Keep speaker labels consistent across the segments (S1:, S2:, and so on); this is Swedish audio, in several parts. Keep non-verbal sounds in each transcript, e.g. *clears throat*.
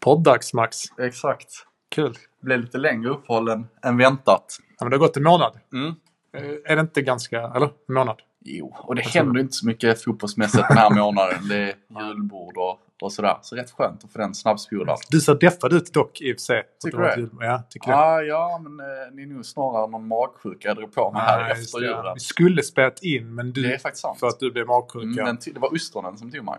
S1: Poddags Max.
S2: Exakt.
S1: Kul.
S2: Det blev lite längre uppehåll än, än väntat.
S1: Ja, men det har gått en månad.
S2: Mm.
S1: Eh, Är det inte ganska... Eller? En månad?
S2: Jo, och det händer inte så mycket fotbollsmässigt den här månaden. Det är julbord och, och sådär. Så rätt skönt att få den snabbspolad.
S1: Du ser deffad ut dock i och för sig.
S2: Tycker
S1: Att
S2: du
S1: har varit jul- Ja, tycker jag.
S2: Ah, ja, men eh, ni är nog snarare någon magsjuka jag drog på mig här
S1: Nej, just
S2: efter
S1: det.
S2: julen.
S1: Vi skulle spelat in men
S2: Det är
S1: du,
S2: faktiskt sant.
S1: för att du blev
S2: Mm,
S1: magsjuk. ja.
S2: den ty- det var östronen som tog mig.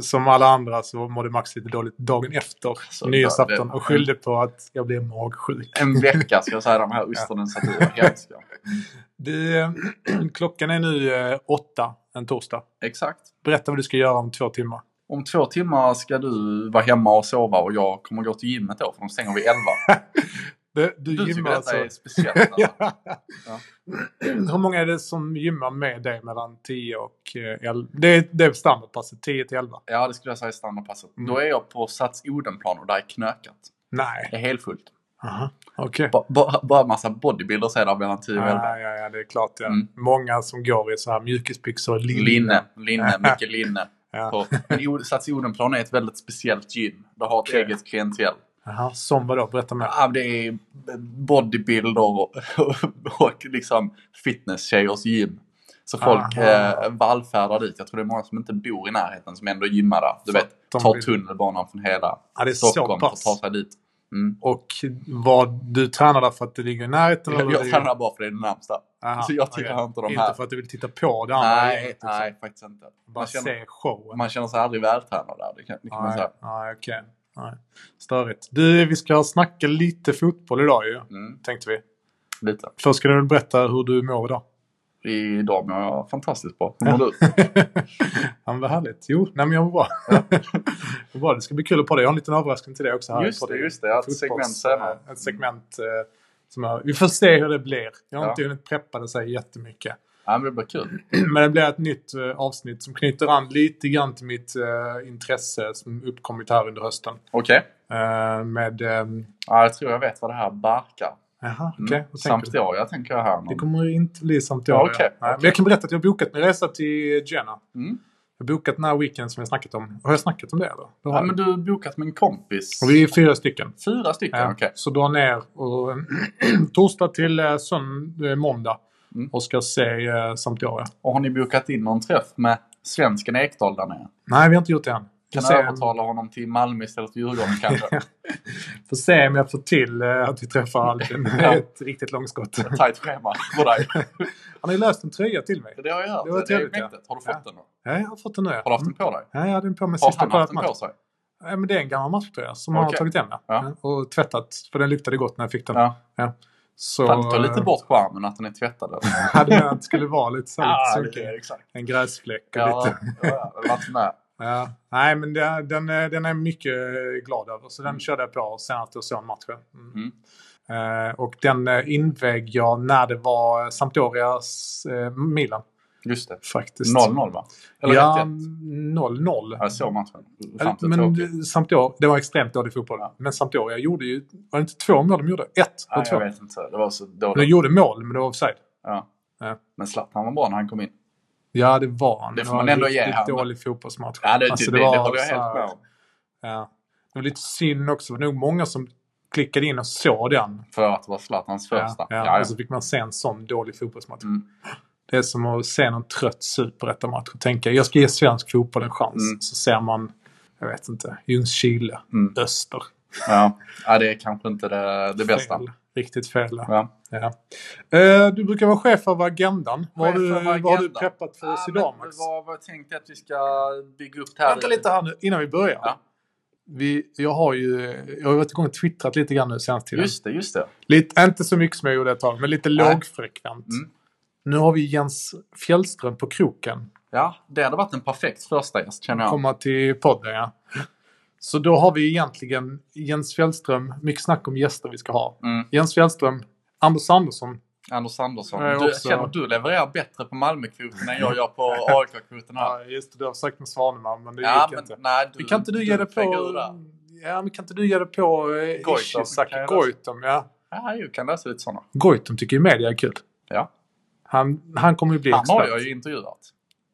S1: Som alla andra så mådde Max lite dåligt dagen efter
S2: Så
S1: nyårsafton
S2: det-
S1: och skyllde på att jag blev magsjuk.
S2: En vecka ska jag
S1: *laughs*
S2: säga de här östronen satt i. var hemska.
S1: Du, eh, klockan är *clears throat* nu eh, åtta en torsdag.
S2: Exakt.
S1: Berätta vad du ska göra om två timmar.
S2: Om två timmar ska du vara hemma och sova och jag kommer gå till gymmet då för de stänger vid elva.
S1: Du, du,
S2: Du tycker
S1: gymmar alltså.
S2: detta
S1: *laughs*
S2: är speciellt alltså. Ja.
S1: Hur många är det som gymmar med dig mellan 10 och 11? Det är, det är standardpasset, 10 till 11.
S2: Ja, det skulle jag säga är standardpasset.
S1: Mm.
S2: Då är jag på Sats Odenplan och där är knökat.
S1: Nej.
S2: Det är helfullt.
S1: Aha, Okej.
S2: Ba- *laughs* ba- Bara massa bodybuilders är där mellan 10 och 11.
S1: Ja, ja, ja, det är klart. Ja.
S2: Mm.
S1: Många som går i så här mjukisbyxor och linne.
S2: Linne, linne, mycket linne.
S1: *laughs* Ja.
S2: På. Men O- Sats Odenplan är ett väldigt speciellt gym. Det har ett
S1: Det är
S2: eget klientel.
S1: Aha, som vadå? Berätta mer.
S2: Ja, det är bodybuilder och, *laughs* och liksom fitnesstjejers gym. Så folk
S1: Aha.
S2: eh, vallfärdar dit. Jag tror det är många som inte bor i närheten som ändå gymmar där. Du vet,
S1: de
S2: tar
S1: vill-
S2: tunnelbanan från hela
S1: Ja, det är så
S2: Stockholm för att
S1: pass.
S2: ta sig dit. Mm.
S1: Och vad du tränar där för att det ligger i närheten?
S2: Jag,
S1: eller
S2: jag
S1: det-
S2: tränar bara för det är det närmsta.
S1: Aha,
S2: så jag tillhör
S1: okej.
S2: inte de
S1: Inte
S2: här.
S1: för att du vill titta på det andra
S2: Nej,
S1: gänget, liksom.
S2: nej, faktiskt inte.
S1: Bara
S2: Man känner,
S1: se showen.
S2: man känner sig aldrig vältränad där. Det kan, det kan man
S1: Nej,
S2: säga.
S1: nej, okej. Nej. Störigt. Du, vi ska snacka lite fotboll idag ju,
S2: Mm,
S1: tänkte vi.
S2: lite.
S1: Först ska du väl berätta hur du mår
S2: *laughs*
S1: idag.
S2: Idag mår jag fantastiskt bra. Hur
S1: *laughs*
S2: mår du?
S1: ja, men vad härligt. Jo, nej, men jag mår bra. *laughs* Vad bra. Det ska bli kul att podda. Jag har en liten överraskning till dig också. Här i
S2: Just det,
S1: podden.
S2: just det. Jag har ett segment
S1: Fotbolls-
S2: senare.
S1: Ett segment eh, som jag... Vi får se hur det blir. Jag har
S2: Ja.
S1: inte hunnit preppa det så här jättemycket. *clears throat*
S2: Ja, men det blir kul.
S1: Men det blir ett nytt eh, avsnitt som knyter an lite grann till mitt eh, intresse som uppkommit här under hösten.
S2: Okej.
S1: Eh, med... ehm,
S2: Ja, jag tror jag vet vad det här barkar.
S1: Jaha, okej.
S2: Mm.
S1: vad tänker du?
S2: Sampdoria tänker jag här.
S1: Det
S2: Någon.
S1: kommer inte bli samt
S2: Ja,
S1: jag.
S2: okej,
S1: Nej, Men
S2: okej.
S1: jag kan berätta att jag har bokat min resa till Jena.
S2: Mm.
S1: Jag har bokat den här weekenden som jag snackat om. Har jag snackat om det eller? Det har
S2: Ja,
S1: jag.
S2: men du har bokat med en kompis.
S1: Och vi är fyra stycken.
S2: Fyra stycken,
S1: Eh,
S2: okej.
S1: Så drar ner och, *clears throat* torsdag till eh, sönd- eh, måndag
S2: Mm.
S1: och ska se eh, Sampdoria.
S2: Och har ni bokat in någon träff med svensken Ekdal där nere?
S1: Nej, vi har inte gjort det än.
S2: Kan
S1: Får se, om-
S2: övertala honom till Malmö istället för Djurgården
S1: *laughs*
S2: kanske?
S1: får se om jag får till eh, att vi träffar
S2: *laughs*
S1: Albin. Det är ett riktigt långskott.
S2: Tajt schema för dig.
S1: Han har ju löst en tröja till mig.
S2: Det har jag hört.
S1: Det var
S2: Det är
S1: trevligt, ja.
S2: mäktigt. Har du fått
S1: Ja.
S2: den då?
S1: Ja, jag har fått den nu.
S2: Har du haft den på dig?
S1: Ja, jag hade den på mig
S2: Har
S1: sista
S2: han
S1: på
S2: haft
S1: att
S2: den på sig?
S1: Ja, men det är en gammal matchtröja som han har
S2: Okej.
S1: tagit hem. Ja.
S2: Ja.
S1: Och tvättat, för den luktade gott när jag fick den.
S2: Ja.
S1: Så
S2: Fan, det tar
S1: *laughs*
S2: lite bort charmen att den är tvättad. eller?
S1: hade jag att det skulle vara lite
S2: *laughs*
S1: så här, lite
S2: det är
S1: sunkig.
S2: exakt.
S1: En gräsfläck och
S2: Ja,
S1: lite...
S2: ja, ja, jag har varit med.
S1: Ja. Nej, men det, den, är- den är jag mycket glad över. Så den
S2: Mm.
S1: körde jag på senast jag såg matchen. Mm. Eh, och den eh, inväg jag när det var Sampdorias eh, Milan.
S2: Just det.
S1: Faktiskt.
S2: 0-0 va? Eller
S1: Ja,
S2: 1-1?
S1: 0-0.
S2: Jag såg matchen.
S1: Ja,
S2: Fan, det är
S1: Men
S2: tråkigt.
S1: Sampdoria, det var extremt dålig fotboll.
S2: Ja.
S1: Men Sampdoria gjorde ju, var det inte två mål de gjorde? Ett och
S2: Nej,
S1: två.
S2: jag vet inte. Det var så
S1: De
S2: dåligt.
S1: gjorde mål, men det var offside.
S2: Ja.
S1: Ja.
S2: Men Zlatan var bra när han kom in.
S1: Ja, det var han.
S2: Det får
S1: var
S2: man ändå
S1: en
S2: ge
S1: riktigt
S2: han.
S1: dålig fotbollsmatch.
S2: Ja, det,
S1: Alltså,
S2: det, det, det håller jag
S1: så
S2: helt
S1: här-
S2: med om.
S1: Ja. Det var lite synd också. Det var nog många som klickade in och såg den.
S2: För att det var Zlatans
S1: Ja,
S2: första.
S1: ja.
S2: Ja, ja.
S1: Och så fick man se en sån dålig fotbollsmatch.
S2: Mm.
S1: Det är som att se någon trött superettamatch och tänka jag ska ge svensk fotboll en chans.
S2: Mm.
S1: Så ser man, jag vet inte, Ljungskile,
S2: Mm.
S1: Öster.
S2: Ja. ja, det är kanske inte det, det bästa.
S1: Fel. Riktigt fel. Ja.
S2: Ja.
S1: Eh, du brukar vara chef över agendan. Vad har,
S2: Chef
S1: du,
S2: över
S1: vad har du
S2: agendan.
S1: preppat för oss
S2: Ja,
S1: idag
S2: men
S1: Max?
S2: Vad, vad tänkte jag att vi ska bygga upp det här
S1: Vänta lite här nu innan vi börjar.
S2: Ja.
S1: Vi, jag har ju jag har varit igång och twittrat lite grann nu senaste tiden.
S2: Just det, just det.
S1: Lite, inte så mycket som jag gjorde ett tag, men lite
S2: Nej.
S1: lågfrekvent.
S2: Mm.
S1: Nu har vi Jens Fjällström på kroken.
S2: Ja, det hade varit en perfekt första gäst känner jag.
S1: Komma till podden, ja. Så då har vi egentligen Jens Fjällström, mycket snack om gäster vi ska ha.
S2: Mm.
S1: Jens Fjällström, Anders Andersson.
S2: Anders Andersson.
S1: Jag är
S2: Du,
S1: också-
S2: känner att du levererar bättre på Malmökvoten än jag
S1: *laughs*
S2: gör på AIK-kvoten här.
S1: Ja, just det, du har försökt med Svaneman, men det
S2: Ja,
S1: gick
S2: men
S1: inte.
S2: nej. Du,
S1: Men kan inte du, ge det på...
S2: feg ur där.
S1: Ja, men kan inte du ge det på eh,
S2: Goitom,
S1: Ishizaki
S2: kan jag lösa.
S1: Goitom? Ja.
S2: Ja, jag kan läsa lite sådana.
S1: Goitom tycker ju media är kul.
S2: Ja.
S1: Han, han kommer ju bli
S2: Han har
S1: expert.
S2: jag ju intervjuat.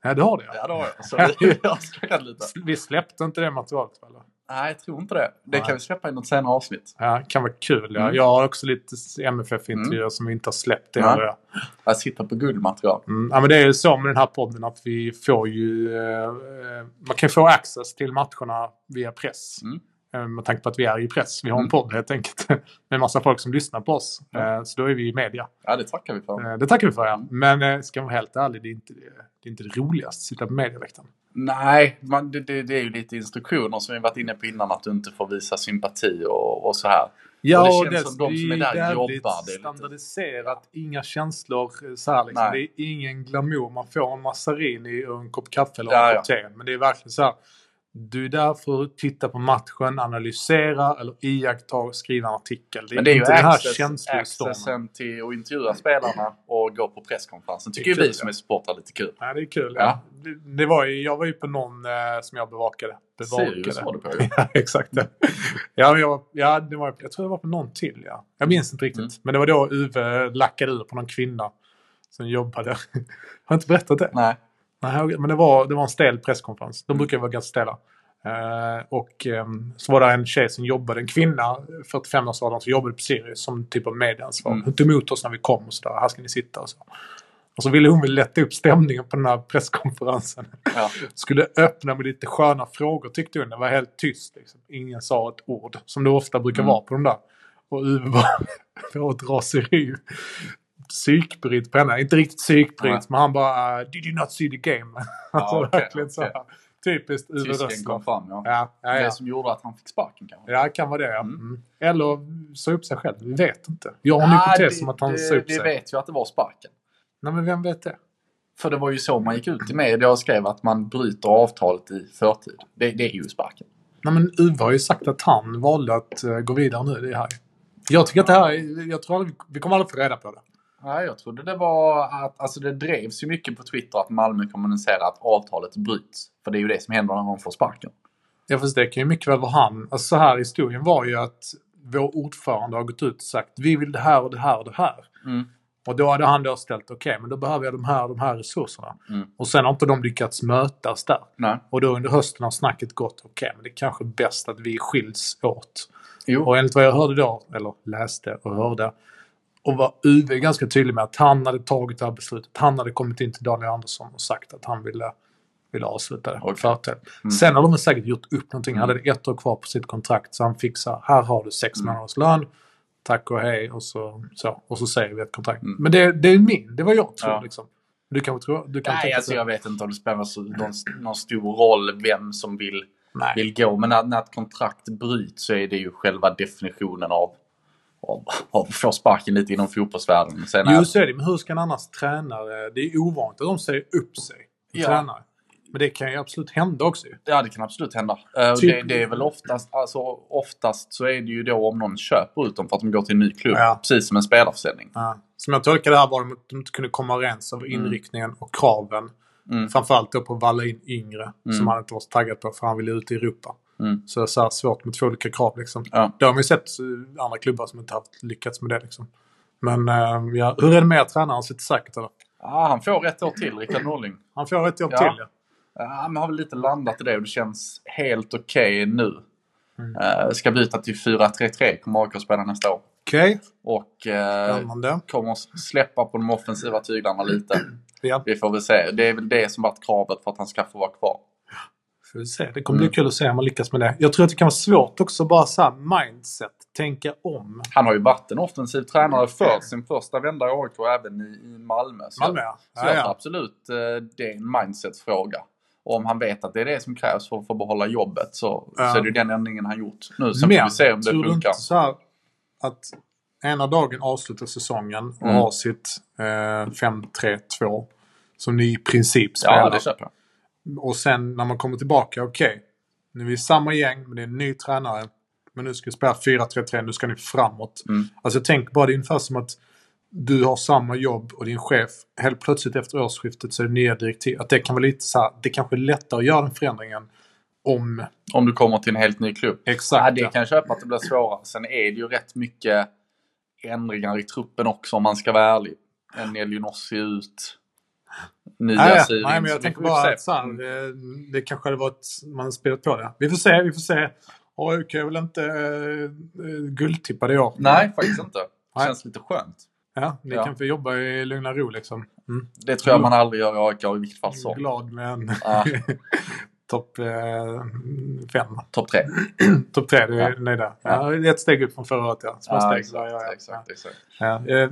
S1: Ja, det har du ja. *laughs*
S2: Ja, det har jag. Så vi har snackat lite.
S1: Vi släppte inte det materialet va? eller?
S2: Nej, jag tror inte det. Det kan vi släppa i något senare avsnitt.
S1: Ja, kan vara kul. Ja.
S2: Mm.
S1: Jag har också lite MFF-intervjuer som vi inte har släppt ännu.
S2: Ja.
S1: Ja.
S2: Att sitta på guldmaterial.
S1: Mm. Ja, men det är ju så med den här podden att vi får ju... Eh, eh, man kan få access till matcherna via press.
S2: Mm.
S1: Eh, med tanke på att vi är i press. Vi har en
S2: Mm.
S1: podd helt enkelt. *laughs* Med massa folk som lyssnar på oss.
S2: Ja. Mm.
S1: Eh, så då är vi i media.
S2: Ja, det tackar vi för.
S1: Eh, det tackar vi för ja. Men eh, ska man vara helt ärlig, det är inte det, det, är inte det roligaste att sitta på medieläktaren.
S2: Nej, man, det, det, det är ju lite instruktioner som vi varit inne på innan att du inte får visa sympati och, och så här. Ja, och det- det är jävligt
S1: standardiserat. Inga känslor eh, så här liksom. Det
S2: Nej.
S1: är ingen glamour. Man får en mazarini och en kopp kaffe eller
S2: Ja,
S1: en
S2: ja.
S1: kopp te. Men det är verkligen så här. Du är där för att titta på matchen, analysera eller iaktta, skriva en artikel. Det är,
S2: Men det är ju
S1: inte den här
S2: access,
S1: känslostormen.
S2: accessen till att intervjua spelarna och gå på presskonferensen.
S1: Det
S2: Tycker
S1: är
S2: ju vi
S1: kul,
S2: som
S1: ja.
S2: är supportrar lite kul.
S1: Nej, det är kul.
S2: Ja.
S1: Ja. Det, det var ju, jag var ju på någon eh, som jag bevakade.
S2: Sirius var det på ju.
S1: Ja, *laughs* exakt. Ja, men jag, ja, det var, jag tror det var på någon till. Ja. Jag minns inte riktigt.
S2: Mm.
S1: Men det var då Uwe lackade ur på någon kvinna som jobbade. *laughs* Har jag inte berättat det?
S2: Nej.
S1: Nej, okej. men det var, det var en stel presskonferens.
S2: Mm.
S1: De brukar ju vara ganska stela. Eh, och ehm, så var det en tjej som jobbade, en kvinna, 45-årsåldern, som jobbade på Sirius som typ av medieansvarig.
S2: Mm.
S1: Hon tog emot oss när vi kom och sådär. Här ska ni sitta och så. Och så ville hon väl lätta upp stämningen på den här presskonferensen
S2: Ja.
S1: skulle öppna med lite sköna frågor tyckte hon. Det var helt tyst. Liksom. Ingen sa ett ord, som det ofta brukar
S2: Mm.
S1: vara på de där. Och Uwe bara *laughs* på ett raseri. Psykbryt på henne. Inte riktigt psykbryt,
S2: Nej.
S1: men han bara uh, “Did you not see the game?” *laughs* Alltså
S2: okej,
S1: verkligen så
S2: okej.
S1: här. Typiskt Uwe
S2: Tysken
S1: Rössler.
S2: kom fram ja.
S1: Ja, ja,
S2: Det
S1: ja.
S2: som gjorde att han fick sparken kanske.
S1: ja, kan vara det. Ja.
S2: Mm.
S1: Mm. Eller sa upp sig själv. Vi vet inte. Jag har en
S2: Nej,
S1: hypotes om att han sa
S2: det,
S1: upp
S2: det
S1: sig.
S2: vet jag att det var sparken.
S1: Nej, men vem vet det?
S2: För det var ju så man gick ut i media och skrev att man bryter avtalet i förtid. Det, det är ju sparken.
S1: Nej, men Uwe har ju sagt att han valde att eh, gå vidare nu. Det här. Jag tycker att det här är- jag tror aldrig, vi kommer aldrig få reda på det.
S2: Nej, jag trodde det var att, alltså det drevs ju mycket på Twitter att Malmö kommunicerar att avtalet bryts. För det är ju det som händer när man får sparken.
S1: Ja, fast det kan ju mycket väl vara han. Alltså, så här historien var ju att vår ordförande har gått ut och sagt vi vill det här och det här och det här.
S2: Mm.
S1: Och då hade han då ställt okej, men då behöver jag de här och de här resurserna.
S2: Mm.
S1: Och sen har inte de lyckats mötas där.
S2: Nej.
S1: Och då under hösten har snacket gått okej, men det är kanske bäst att vi skiljs åt.
S2: Jo.
S1: Och enligt vad jag hörde då, eller läste och hörde, och var UV ganska tydlig med att han hade tagit det här beslutet. Han hade kommit in till Daniel Andersson och sagt att han ville, ville avsluta det.
S2: Okej.
S1: Förtid.
S2: Mm.
S1: Sen har de säkert gjort upp någonting. Han
S2: Mm.
S1: hade ett år kvar på sitt kontrakt så han fick så här, här har du sex
S2: Mm.
S1: månaders lön. Tack och hej och så, så, och så säger vi ett kontrakt.
S2: Mm.
S1: Men det, det är min, det var jag tror.
S2: Ja.
S1: Liksom. Du kanske tror... Du kanske
S2: Nej,
S1: tänker
S2: alltså
S1: så-
S2: jag vet inte om det spelar så- någon, någon stor roll vem som vill,
S1: Nej.
S2: vill gå. Men när, när ett kontrakt bryts så är det ju själva definitionen av, av, av att få sparken lite inom fotbollsvärlden. Sen är,
S1: Jo, så är det. Men hur ska en annars tränare... Det är ovanligt att de säger upp sig.
S2: Ja.
S1: Ja. Tränare. Men det kan ju absolut hända också ju.
S2: ja, det kan absolut hända. Eh, och
S1: Typ-
S2: Det, det är väl oftast, alltså, oftast så är det ju då om någon köper ut dem för att de går till en ny klubb.
S1: Ja.
S2: Precis som en spelarförsäljning.
S1: Ja. Som jag tolkar det här var de att de inte kunde komma överens av inriktningen och kraven.
S2: Mm.
S1: Framförallt då på att valla in yngre
S2: Mm.
S1: som han inte var så taggad på för han ville ut i Europa.
S2: Mm.
S1: Så det är så här svårt med två olika krav liksom.
S2: Ja.
S1: Det har man ju sett eh, andra klubbar som inte haft lyckats med det liksom. Men eh, ja, hur är det med er tränare? Han sitter säkert eller?
S2: Ah, han får ett år till, Rickard Norling.
S1: Han får ett jobb
S2: Ja.
S1: till ja.
S2: Ja, Han har väl lite landat i det och det känns helt okej nu.
S1: Mm.
S2: Eh, ska byta till 4-3-3, kommer AIK spela nästa år.
S1: Okej,
S2: Och eh,
S1: spännande.
S2: kommer att släppa på de offensiva tyglarna lite.
S1: Ja,
S2: Vi får väl se. Det är väl det som varit kravet för att han ska få vara kvar.
S1: får vi se. Det kommer
S2: Mm.
S1: bli kul att se om man lyckas med det. Jag tror att det kan vara svårt också bara så här mindset. Tänka om.
S2: Han har ju varit en offensiv tränare för sin första vända i AIK och även i, i Malmö. Så,
S1: Mm. Malmö ja.
S2: så jag
S1: ja,
S2: tror
S1: ja.
S2: absolut eh, det är en mindset-fråga. Och om han vet att det är det som krävs för att få behålla jobbet så,
S1: Ja.
S2: så är det ju den ändringen han gjort nu. Sen får
S1: Men
S2: vi se om det
S1: tror du
S2: funkar.
S1: inte så här att ena dagen avsluta säsongen och
S2: Mm.
S1: ha sitt eh, 5-3-2 som ni i princip
S2: Ja,
S1: spelar.
S2: det köper jag.
S1: och sen när man kommer tillbaka, okej. nu är vi samma gäng, men det är en ny tränare. Men nu ska vi spela 4-3-3, nu ska ni framåt.
S2: Mm.
S1: Alltså tänk bara, det är ungefär som att du har samma jobb och din chef, helt plötsligt efter årsskiftet så är det nya direktiv. Att det kan vara lite så här, det kanske är lättare att göra den förändringen om
S2: Om du kommer till en helt ny klubb.
S1: exakt
S2: Ja, det kan jag köpa att det blir svårare. Sen är det ju rätt mycket ändringar i truppen också om man ska vara ärlig. En Elionossi ut. nya
S1: nej,
S2: Syrien.
S1: Nej, men jag tänker bara att så här,
S2: Mm.
S1: det, det kanske hade varit, man spelat på det. Vi får se, vi får se. AIK är väl inte äh, guldtippade i år?
S2: Nej, faktiskt inte. Det känns lite skönt.
S1: Ja, ni ja. kan få jobba i lugna ro liksom. Mm.
S2: Det tror jag man aldrig gör i AIK i vilket fall som.
S1: Glad med en ah. *laughs* topp eh, fem.
S2: Topp tre.
S1: topp tre, det är ja. där. Ja. Ja, ett steg upp från förra året ja. Små
S2: ja,
S1: steg.
S2: Exakt, ja, exakt, exakt.
S1: Eh,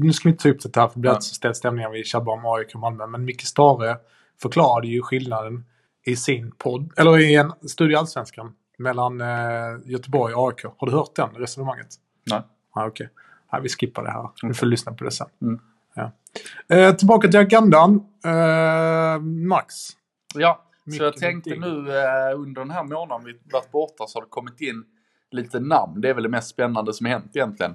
S1: nu ska vi inte ta upp det här för det blir ja. ställd stämning vi tjabbar om AIK och Malmö. Men Micke Stare förklarade ju skillnaden i sin podd, eller i en studie Allsvenskan, mellan eh, Göteborg och AIK. Har du hört den resonemanget?
S2: Nej.
S1: Ah, Okej. Okay. Nej, vi skippar det här. Okay. Vi får lyssna på det sen.
S2: Mm.
S1: Ja. Eh, tillbaka till agendan. Eh, Max.
S2: Ja, Mycket så jag tänkte ting. nu eh, under den här månaden vi varit borta så har det kommit in lite namn. Det är väl det mest spännande som hänt egentligen.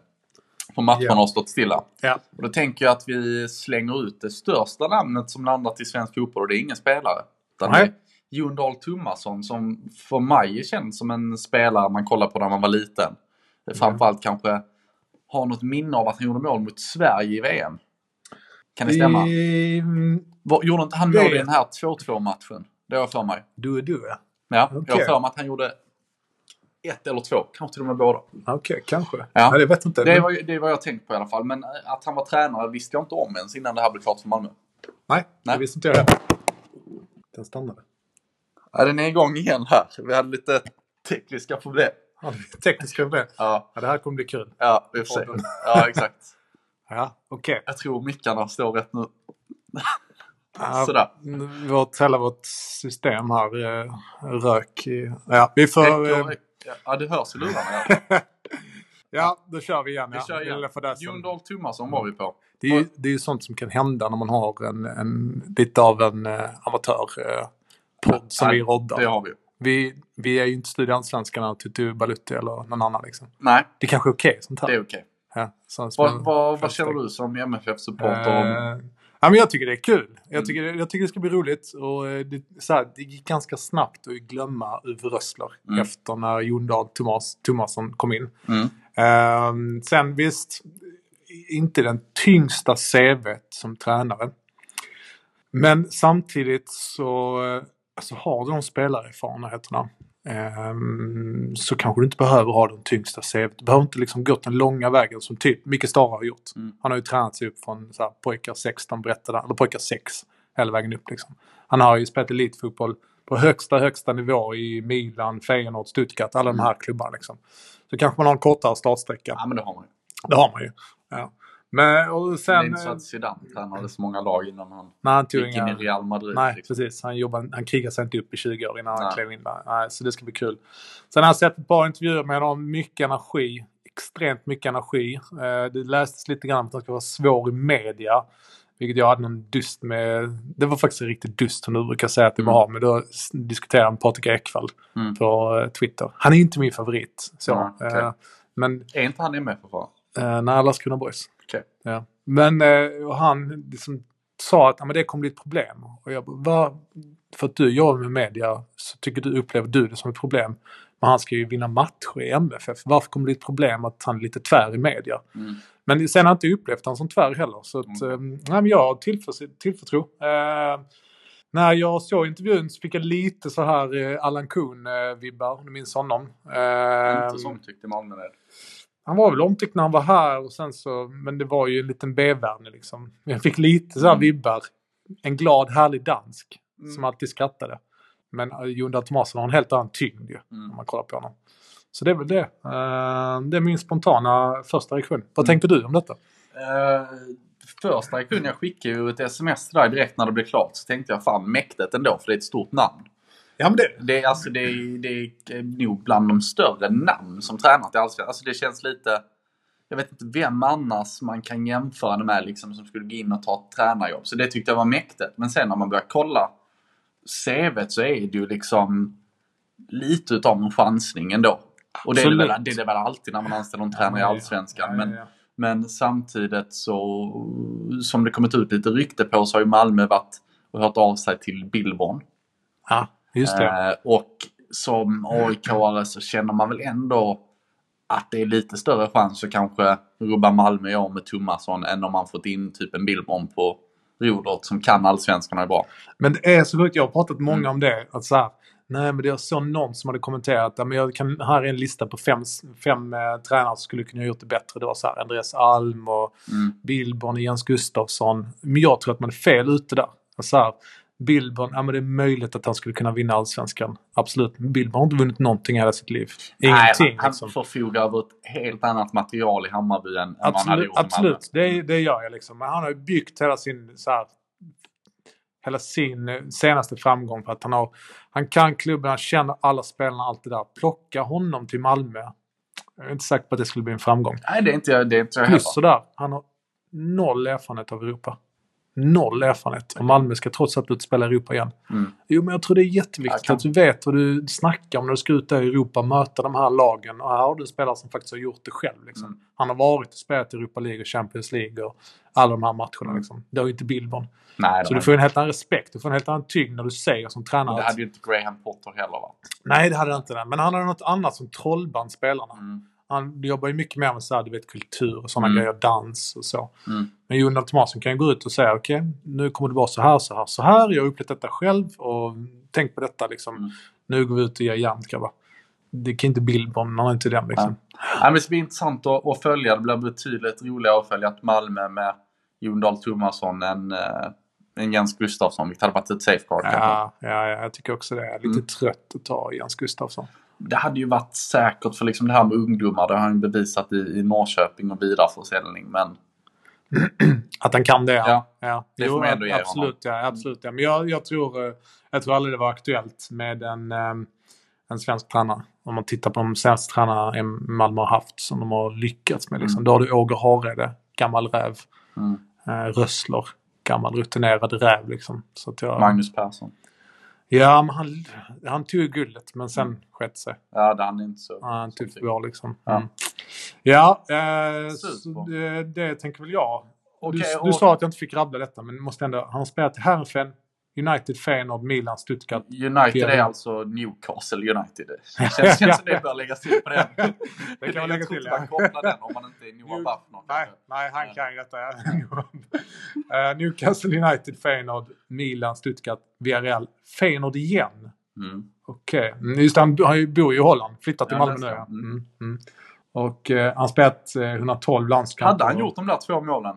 S2: För matcherna yeah. har stått stilla.
S1: Yeah.
S2: Och då tänker jag att vi slänger ut det största namnet som landat i svensk fotboll och det är ingen spelare. Utan
S1: Nej.
S2: det är Jon Dahl Tomasson som för mig känns som en spelare man kollar på när man var liten. Yeah. Framförallt kanske har något minne av att han gjorde mål mot Sverige i VM. Kan det stämma?
S1: Ehm,
S2: Var, gjorde inte han mål i den här 2-2 matchen? Det har jag för mig.
S1: Du är du ja.
S2: Ja, okay. jag har för mig att han gjorde ett eller två, kanske till och med båda.
S1: Okej, okay, kanske.
S2: Ja.
S1: Nej, det vet inte.
S2: Det var, det var jag tänkt på i alla fall. Men eh, att han var tränare visste jag inte om ens innan det här blev klart för Malmö.
S1: Nej, Nej. det visste inte jag heller. Den stannade.
S2: Ja, den är igång igen här. Vi hade lite tekniska problem.
S1: Ja, tekniska problem.
S2: Ja.
S1: ja, det här kommer bli kul.
S2: Ja, vi får se. Ja, exakt.
S1: ja, okej. Okay.
S2: Jag tror mickarna står rätt nu.
S1: Ja,
S2: Sådär.
S1: Vårt, hela vårt system här eh, rök i... Ja, vi får... eh,
S2: Äckor, äckor. Ja, det hörs i *laughs* lurarna.
S1: Ja. ja, då kör vi igen.
S2: Vi
S1: ja.
S2: kör igen.
S1: Som...
S2: Jon Dahl Tomasson var vi på.
S1: Det är, ju, det är ju sånt som kan hända när man har en, en lite av en uh, amatörpodd uh, som vi roddar.
S2: Det har vi.
S1: Vi, vi, är ju inte studiansvenskarna, Tutu Balutti eller någon annan. Liksom.
S2: Nej.
S1: Det är kanske är okej okay, sånt här.
S2: Det är okej.
S1: Okay. Ja,
S2: vad, vad, vad känner du som MFF-supporter? Uh,
S1: Eh, ja, men jag tycker det är kul. Mm. Jag, tycker, jag tycker det ska bli roligt. Och eh, det, så här, det gick ganska snabbt att glömma Uwe Rössler mm. efter när Jon Dahl Thomas, Thomasson kom in.
S2: Mm.
S1: Uh, sen visst, inte den tyngsta CVt som tränare. Men samtidigt så alltså har du de spelarerfarenheterna eh, så kanske du inte behöver ha den tyngsta CV. Du behöver inte liksom gått den långa vägen som typ Micke Stara har gjort.
S2: Mm.
S1: Han har ju tränat sig upp från så här, pojkar 16, berättade eller pojkar 6, hela vägen upp liksom. Han har ju spelat elitfotboll på högsta, högsta nivå i Milan, Feyenoord, Stuttgart, alla mm. de här klubbarna liksom. Så kanske man har en kortare startsträcka.
S2: Ja, men det har man ju.
S1: Det har man ju. Ja. Men, och sen, eh,
S2: det är inte så att Zidane tränade så många lag innan han,
S1: nej, han
S2: gick in i Real Madrid.
S1: Nej, liksom. precis. Han, jobbade, han krigade sig inte upp i 20 år innan nej. han klev in där. Nej, så det ska bli kul. Sen har jag sett ett par intervjuer med honom. Mycket energi. Extremt mycket energi. Eh, Det lästes lite grann om att han ska vara svår i media. Vilket jag hade någon dust med. Det var faktiskt en riktig dust som du brukar säga att det var. Mm. Men då diskuterade han Patrik Ekwall
S2: mm.
S1: på eh, Twitter. Han är inte min favorit. Så. Eh,
S2: Ja, okay.
S1: men,
S2: är inte han med för
S1: Eh, nej, Landskrona Boys.
S2: Okay.
S1: Ja. Men eh, han liksom sa att ah, men det kommer bli ett problem. Och jag bara, för att du jobbar med media så tycker du, upplever du det som ett problem. Men han ska ju vinna matcher i MFF. Varför kommer det bli ett problem att han är lite tvär i media?
S2: Mm.
S1: Men sen har jag inte upplevt han som tvär heller. Så att, mm. eh, nej, men jag har tillförtro. Eh, när jag såg intervjun så fick jag lite så här eh, Allan Kuhn-vibbar, om du minns honom. Ehm,
S2: Eh, inte så omtyckt i Malmö. Där.
S1: Han var väl omtyckt när han var här, och sen så, men det var ju en liten bevärne liksom. Jag fick lite så här vibbar. En glad, härlig dansk mm. som alltid skrattade. Men eh, Jon Dahl Tomasson har en helt annan tyngd ju,
S2: mm.
S1: om man kollar på honom. Så det är väl det. Eh, det är min spontana första reaktion. Vad mm. tänkte du om detta?
S2: Uh, första reaktion, jag skickade ju ett sms där direkt när det blev klart. Så tänkte jag fan mäktigt ändå, för det är ett stort namn.
S1: Ja, men det...
S2: Det, är, alltså, det, är, det är eh, nog bland de större namn som tränat i Allsvenskan. Alltså, det känns lite... Jag vet inte vem annars man kan jämföra det med liksom, som skulle gå in och ta ett tränarjobb. Så det tyckte jag var mäktigt. Men sen när man börjar kolla CVt så är det ju liksom lite utav en chansning ändå. Och det är det, väl, det är det väl alltid när man anställer en tränare i Allsvenskan. Men, men samtidigt så, som det kommit ut lite rykte på, så har ju Malmö varit och hört av sig till Billborn.
S1: Ja. Just det. Eh,
S2: och som aik så känner man väl ändå att det är lite större chans att kanske rubba Malmö i år med Tomasson än om man fått in typ en Billborn på Rodert som kan allsvenskarna bra.
S1: Men det är så sjukt, jag har pratat många
S2: Mm.
S1: om det. Att så här, nej, men jag såg någon som hade kommenterat att jag kan, här är en lista på fem, fem eh, tränare som skulle kunna ha gjort det bättre. Det var så här, Andreas Alm och
S2: Mm.
S1: Billborn och Jens Gustafsson. Men jag tror att man är fel ute där. Så här, Billborn, ja men det är möjligt att han skulle kunna vinna allsvenskan. Absolut. Men Billborn har inte vunnit någonting i hela sitt liv. Ingenting.
S2: Nej, han,
S1: liksom.
S2: han förfogar över ett helt annat material i Hammarby än, än vad han hade
S1: Absolut,
S2: gjort i Malmö.
S1: absolut. Det, det gör jag liksom. Men han har ju byggt hela sin, så här, hela sin eh, senaste framgång på att han, har, han kan klubben, han känner alla spelarna, allt det där. Plocka honom till Malmö. Jag är inte säker på att det skulle bli en framgång.
S2: Nej, det är inte jag, det är inte jag
S1: Plus
S2: heller.
S1: sådär, han har noll erfarenhet av Europa. Noll erfarenhet. Och Malmö ska trots allt ut spela Europa igen.
S2: Mm.
S1: Jo, men jag tror det är
S2: Jag
S1: jätteviktigt
S2: kan-
S1: att du vet vad du snackar om när du ska ut där i Europa och möta de här lagen. Och här har du en spelare som faktiskt har gjort det själv. Liksom.
S2: Mm.
S1: Han har varit och spelat i Europa League och Champions League och alla de här matcherna. Liksom. Det har ju inte Billborn.
S2: Mm. Nej,
S1: Så du
S2: det,
S1: får en helt annan respekt, du får en helt annan tyngd när du säger som tränare
S2: det
S1: att
S2: hade ju inte Graham Potter heller varit.
S1: nej, det hade jag inte. Det. Men han hade något annat som trollband spelarna.
S2: Mm.
S1: Han jobbar ju mycket mer med så här, du vet, kultur och sådana
S2: Mm.
S1: grejer, dans och så.
S2: Mm.
S1: Men Jonathan Tomasson kan ju gå ut och säga okej, nu kommer det vara så här, så här, så här. Jag har upplevt detta själv och tänk på detta liksom.
S2: Mm.
S1: Nu går vi ut och ger järnet grabbar. Det kan inte Billborn, han har inte den liksom.
S2: Ja, men det ska bli intressant att, att följa. Det blir betydligt roligare att följa ett Malmö med Jon Dahl Tomasson än, eh, än Jens Gustafsson, vilket hade varit ett safeguard. kanske.
S1: Ja, ja, ja, jag tycker också det. Jag är lite
S2: Mm.
S1: trött att ta Jens Gustafsson.
S2: Det hade ju varit säkert för liksom det här med ungdomar. Det har han ju bevisat i, i Norrköping och vidareförsäljning. Men
S1: Att han kan det,
S2: Ja,
S1: ja. ja.
S2: det får man ändå ge
S1: absolut, ja, absolut, ja. Men jag, jag, tror, eh, jag tror aldrig det var aktuellt med en, eh, en svensk tränare. Om man tittar på de senaste tränarna i Malmö har haft som de har lyckats med. Liksom.
S2: Mm.
S1: Då har du Åge Hareide, gammal räv.
S2: mm,
S1: Eh, Rössler, gammal rutinerad räv. Liksom. Så att jag,
S2: Magnus Persson.
S1: Ja, men han, han tog ju guldet, men sen sket sig.
S2: Ja, det han är inte så...
S1: Han tog
S2: så-
S1: för bra liksom.
S2: Mm. Ja.
S1: Mm. Ja, eh,
S2: Surt
S1: så
S2: bra.
S1: det, det tänker väl jag. du,
S2: Okej,
S1: du
S2: och-
S1: sa att jag inte fick rabbla detta, men måste ändå. Han har spelat i Herrenfen, United, Feyenoord, Milan, Stuttgart.
S2: United är
S1: Fjärde.
S2: alltså Newcastle
S1: *laughs*
S2: United. Det känns, känns som det bör läggas till på den.
S1: Det kan
S2: Jag
S1: man lägga till,
S2: tror inte
S1: ja.
S2: Man kopplar den om man inte är Noah
S1: New-
S2: Buffnor.
S1: Nej,
S2: kanske.
S1: nej han
S2: Nej.
S1: kan ju detta. ja. *laughs* Eh, Newcastle United, Feyenoord, Milan, Stuttgart, Villarreal. Feyenoord igen.
S2: Mm.
S1: Okej, mm, just det, han bo- han ju- bor ju i Holland. Flyttat till
S2: Ja,
S1: Malmö
S2: det
S1: nu.
S2: är
S1: ja.
S2: sant.
S1: Mm. Mm. Och eh, han spelat eh, 112 landskamper.
S2: Hade han
S1: och-
S2: gjort de där två målen?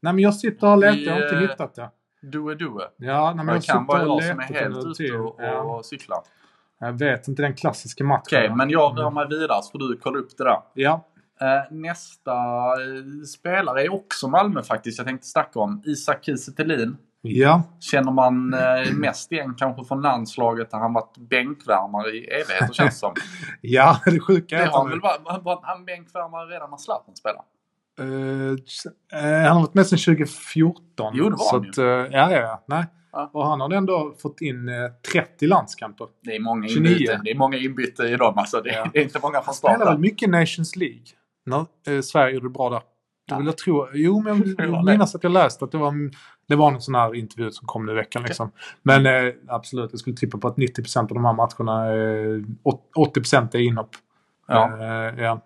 S1: Nej, men jag sitter och letar. Jag har inte
S2: I, eh,
S1: hittat det.
S2: Due due.
S1: Ja, nej, men
S2: Det
S1: jag
S2: kan vara
S1: sitter och
S2: jag som är
S1: letar.
S2: helt
S1: till
S2: ute
S1: det.
S2: och,
S1: Ja,
S2: och cyklar.
S1: Jag vet inte den klassiska matchen.
S2: Okej, men jag rör
S1: Mm.
S2: mig vidare så får du kolla upp det där.
S1: Ja,
S2: Eh, nästa eh, spelare är också Malmö faktiskt. Jag tänkte snacka om Isak Kiese Thelin.
S1: ja.
S2: Känner man eh,
S1: Mm.
S2: mest igen kanske från landslaget där han varit bänkvärmare i evigheter känns det som.
S1: *laughs* ja, det sjuka
S2: Det
S1: är
S2: har
S1: att
S2: han väl varit? Han var han bänkvärmare redan när Zlatan spelade?
S1: Eh, s- eh, han har varit med sedan 2014.
S2: Jo, det var
S1: så
S2: han ju.
S1: att, eh, ja, ja, ja. Nej.
S2: Ja.
S1: Och han har ändå fått in eh, 30 landskamper.
S2: Det är många
S1: 29.
S2: inbyte. Det är många inbyte i dem alltså. Det,
S1: Ja.
S2: det är inte många från
S1: Spelar väl
S2: starten.
S1: mycket Nations League? När eh, Sverige gjorde det bra där. Då
S2: Nej.
S1: vill jag tro, jo,
S2: *laughs*
S1: men jag
S2: Det var
S1: vill minnas att jag läste att det var, det var någon sån här intervju som kom nu i veckan. Liksom. Men eh, absolut, jag skulle tippa på att 90% av de här matcherna, eh, åt- 80% är inhopp.
S2: Ja.
S1: Eh, ja.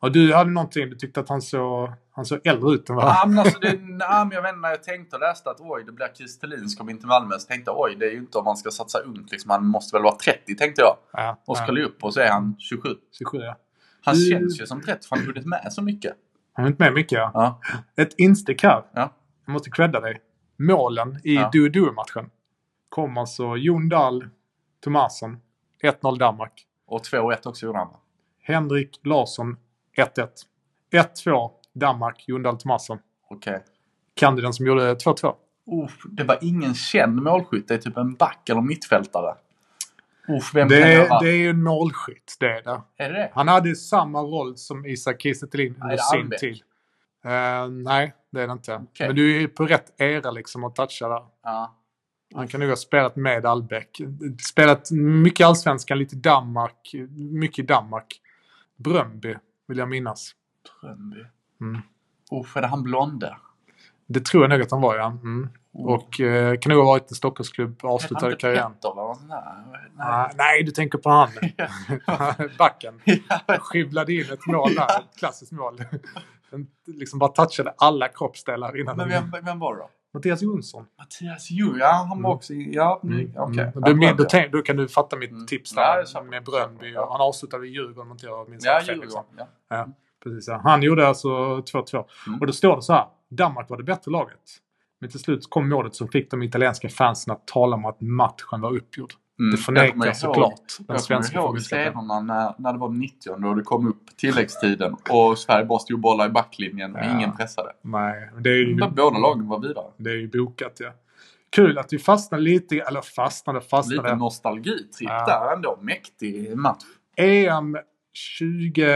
S1: Och du hade någonting, du tyckte att han såg han så äldre ut än vad
S2: Ja, men alltså det, nej, men jag vet inte, när jag tänkte och läste att oj, det blir Chris Thelin som kommer in till Malmö. Så tänkte jag oj, det är ju inte om man ska satsa ungt. Liksom, han måste väl vara 30 tänkte jag.
S1: Ja,
S2: Och så
S1: ja,
S2: kollade jag upp och så är han 27.
S1: 27, ja.
S2: Han
S1: Mm.
S2: känns ju som 30 för han har hunnit med så mycket.
S1: Han har inte med mycket, ja.
S2: Ja.
S1: Ett instick här.
S2: Ja.
S1: Jag måste credda dig. Målen i
S2: Ja.
S1: duo-duo-matchen kom alltså Jon Dahl, Tomasson, 1-0 Danmark.
S2: Och 2-1 också gjorde han va?
S1: Henrik Larsson, 1-1. 1-2 Danmark, Jon Dahl Tomasson.
S2: Okej.
S1: Kandiden som gjorde 2-2.
S2: Uff, det var ingen känd målskytt. Det är typ en back eller mittfältare. Uff, vem
S1: Det,
S2: kan det vara?
S1: är- det är ju en målskytt, det är det.
S2: Är det det?
S1: Han hade samma roll som Isak Kiese Thelin
S2: är
S1: under
S2: det
S1: sin
S2: Albeck?
S1: tid. Eh, nej, det är det inte.
S2: Okej.
S1: Men du är på rätt era liksom att toucha där.
S2: Ja.
S1: Han kan nog ha spelat med Albeck. Spelat mycket allsvenskan, lite Danmark. Mycket i Danmark. Bröndby, vill jag minnas.
S2: Bröndby.
S1: Mm.
S2: Uff, är det han blonde?
S1: Det tror jag nog att han var, ja. Mm. Och eh, kan nog ha varit en Stockholmsklubb,
S2: Hette han
S1: avslutade
S2: inte
S1: karriären.
S2: *laughs* Petter eller något sånt där? *laughs*
S1: Ah, nej, du tänker på han. *laughs* Backen.
S2: Nej.
S1: Skivlade in ett mål där, ett klassiskt mål. Den liksom bara touchade alla kroppsdelar innan
S2: Men
S1: den
S2: vem, vem var det då?
S1: Mattias Jonsson.
S2: Mattias Ju, ja han
S1: Mm.
S2: var också i- Ja, nu- okej.
S1: Du,
S2: Ja,
S1: min, då,
S2: bra.
S1: tänk, då kan du fatta mitt
S2: Mm.
S1: tips
S2: Ja, det
S1: där
S2: är sant.
S1: med Bröndby.
S2: Ja.
S1: Han avslutade i Djurgården om inte jag minns
S2: Ja,
S1: helt fel, liksom.
S2: Djurgården. Ja.
S1: Ja, precis. Ja. Han gjorde alltså 2-2.
S2: Mm.
S1: Och då står det så här. Danmark var det bättre laget. Men till slut kom målet så fick de italienska fansen att tala om att matchen var uppgjord.
S2: Mm.
S1: Det
S2: Jag kommer
S1: förnekar
S2: ihåg-
S1: såklart den
S2: Jag kommer
S1: svenska
S2: ihåg
S1: förbundskaptenen.
S2: scenerna när, när det var 90 och det kom upp tilläggstiden och Sverige bara stod bollar i backlinjen och
S1: Ja. Mm.
S2: ingen pressade.
S1: Nej, det är ju,
S2: Men båda lagen var vidare.
S1: det är ju bokat ja. Kul att vi fastnade lite, eller fastnade, fastnade.
S2: Lite nostalgitripp
S1: Ja.
S2: där ändå. Mäktig match.
S1: EM 24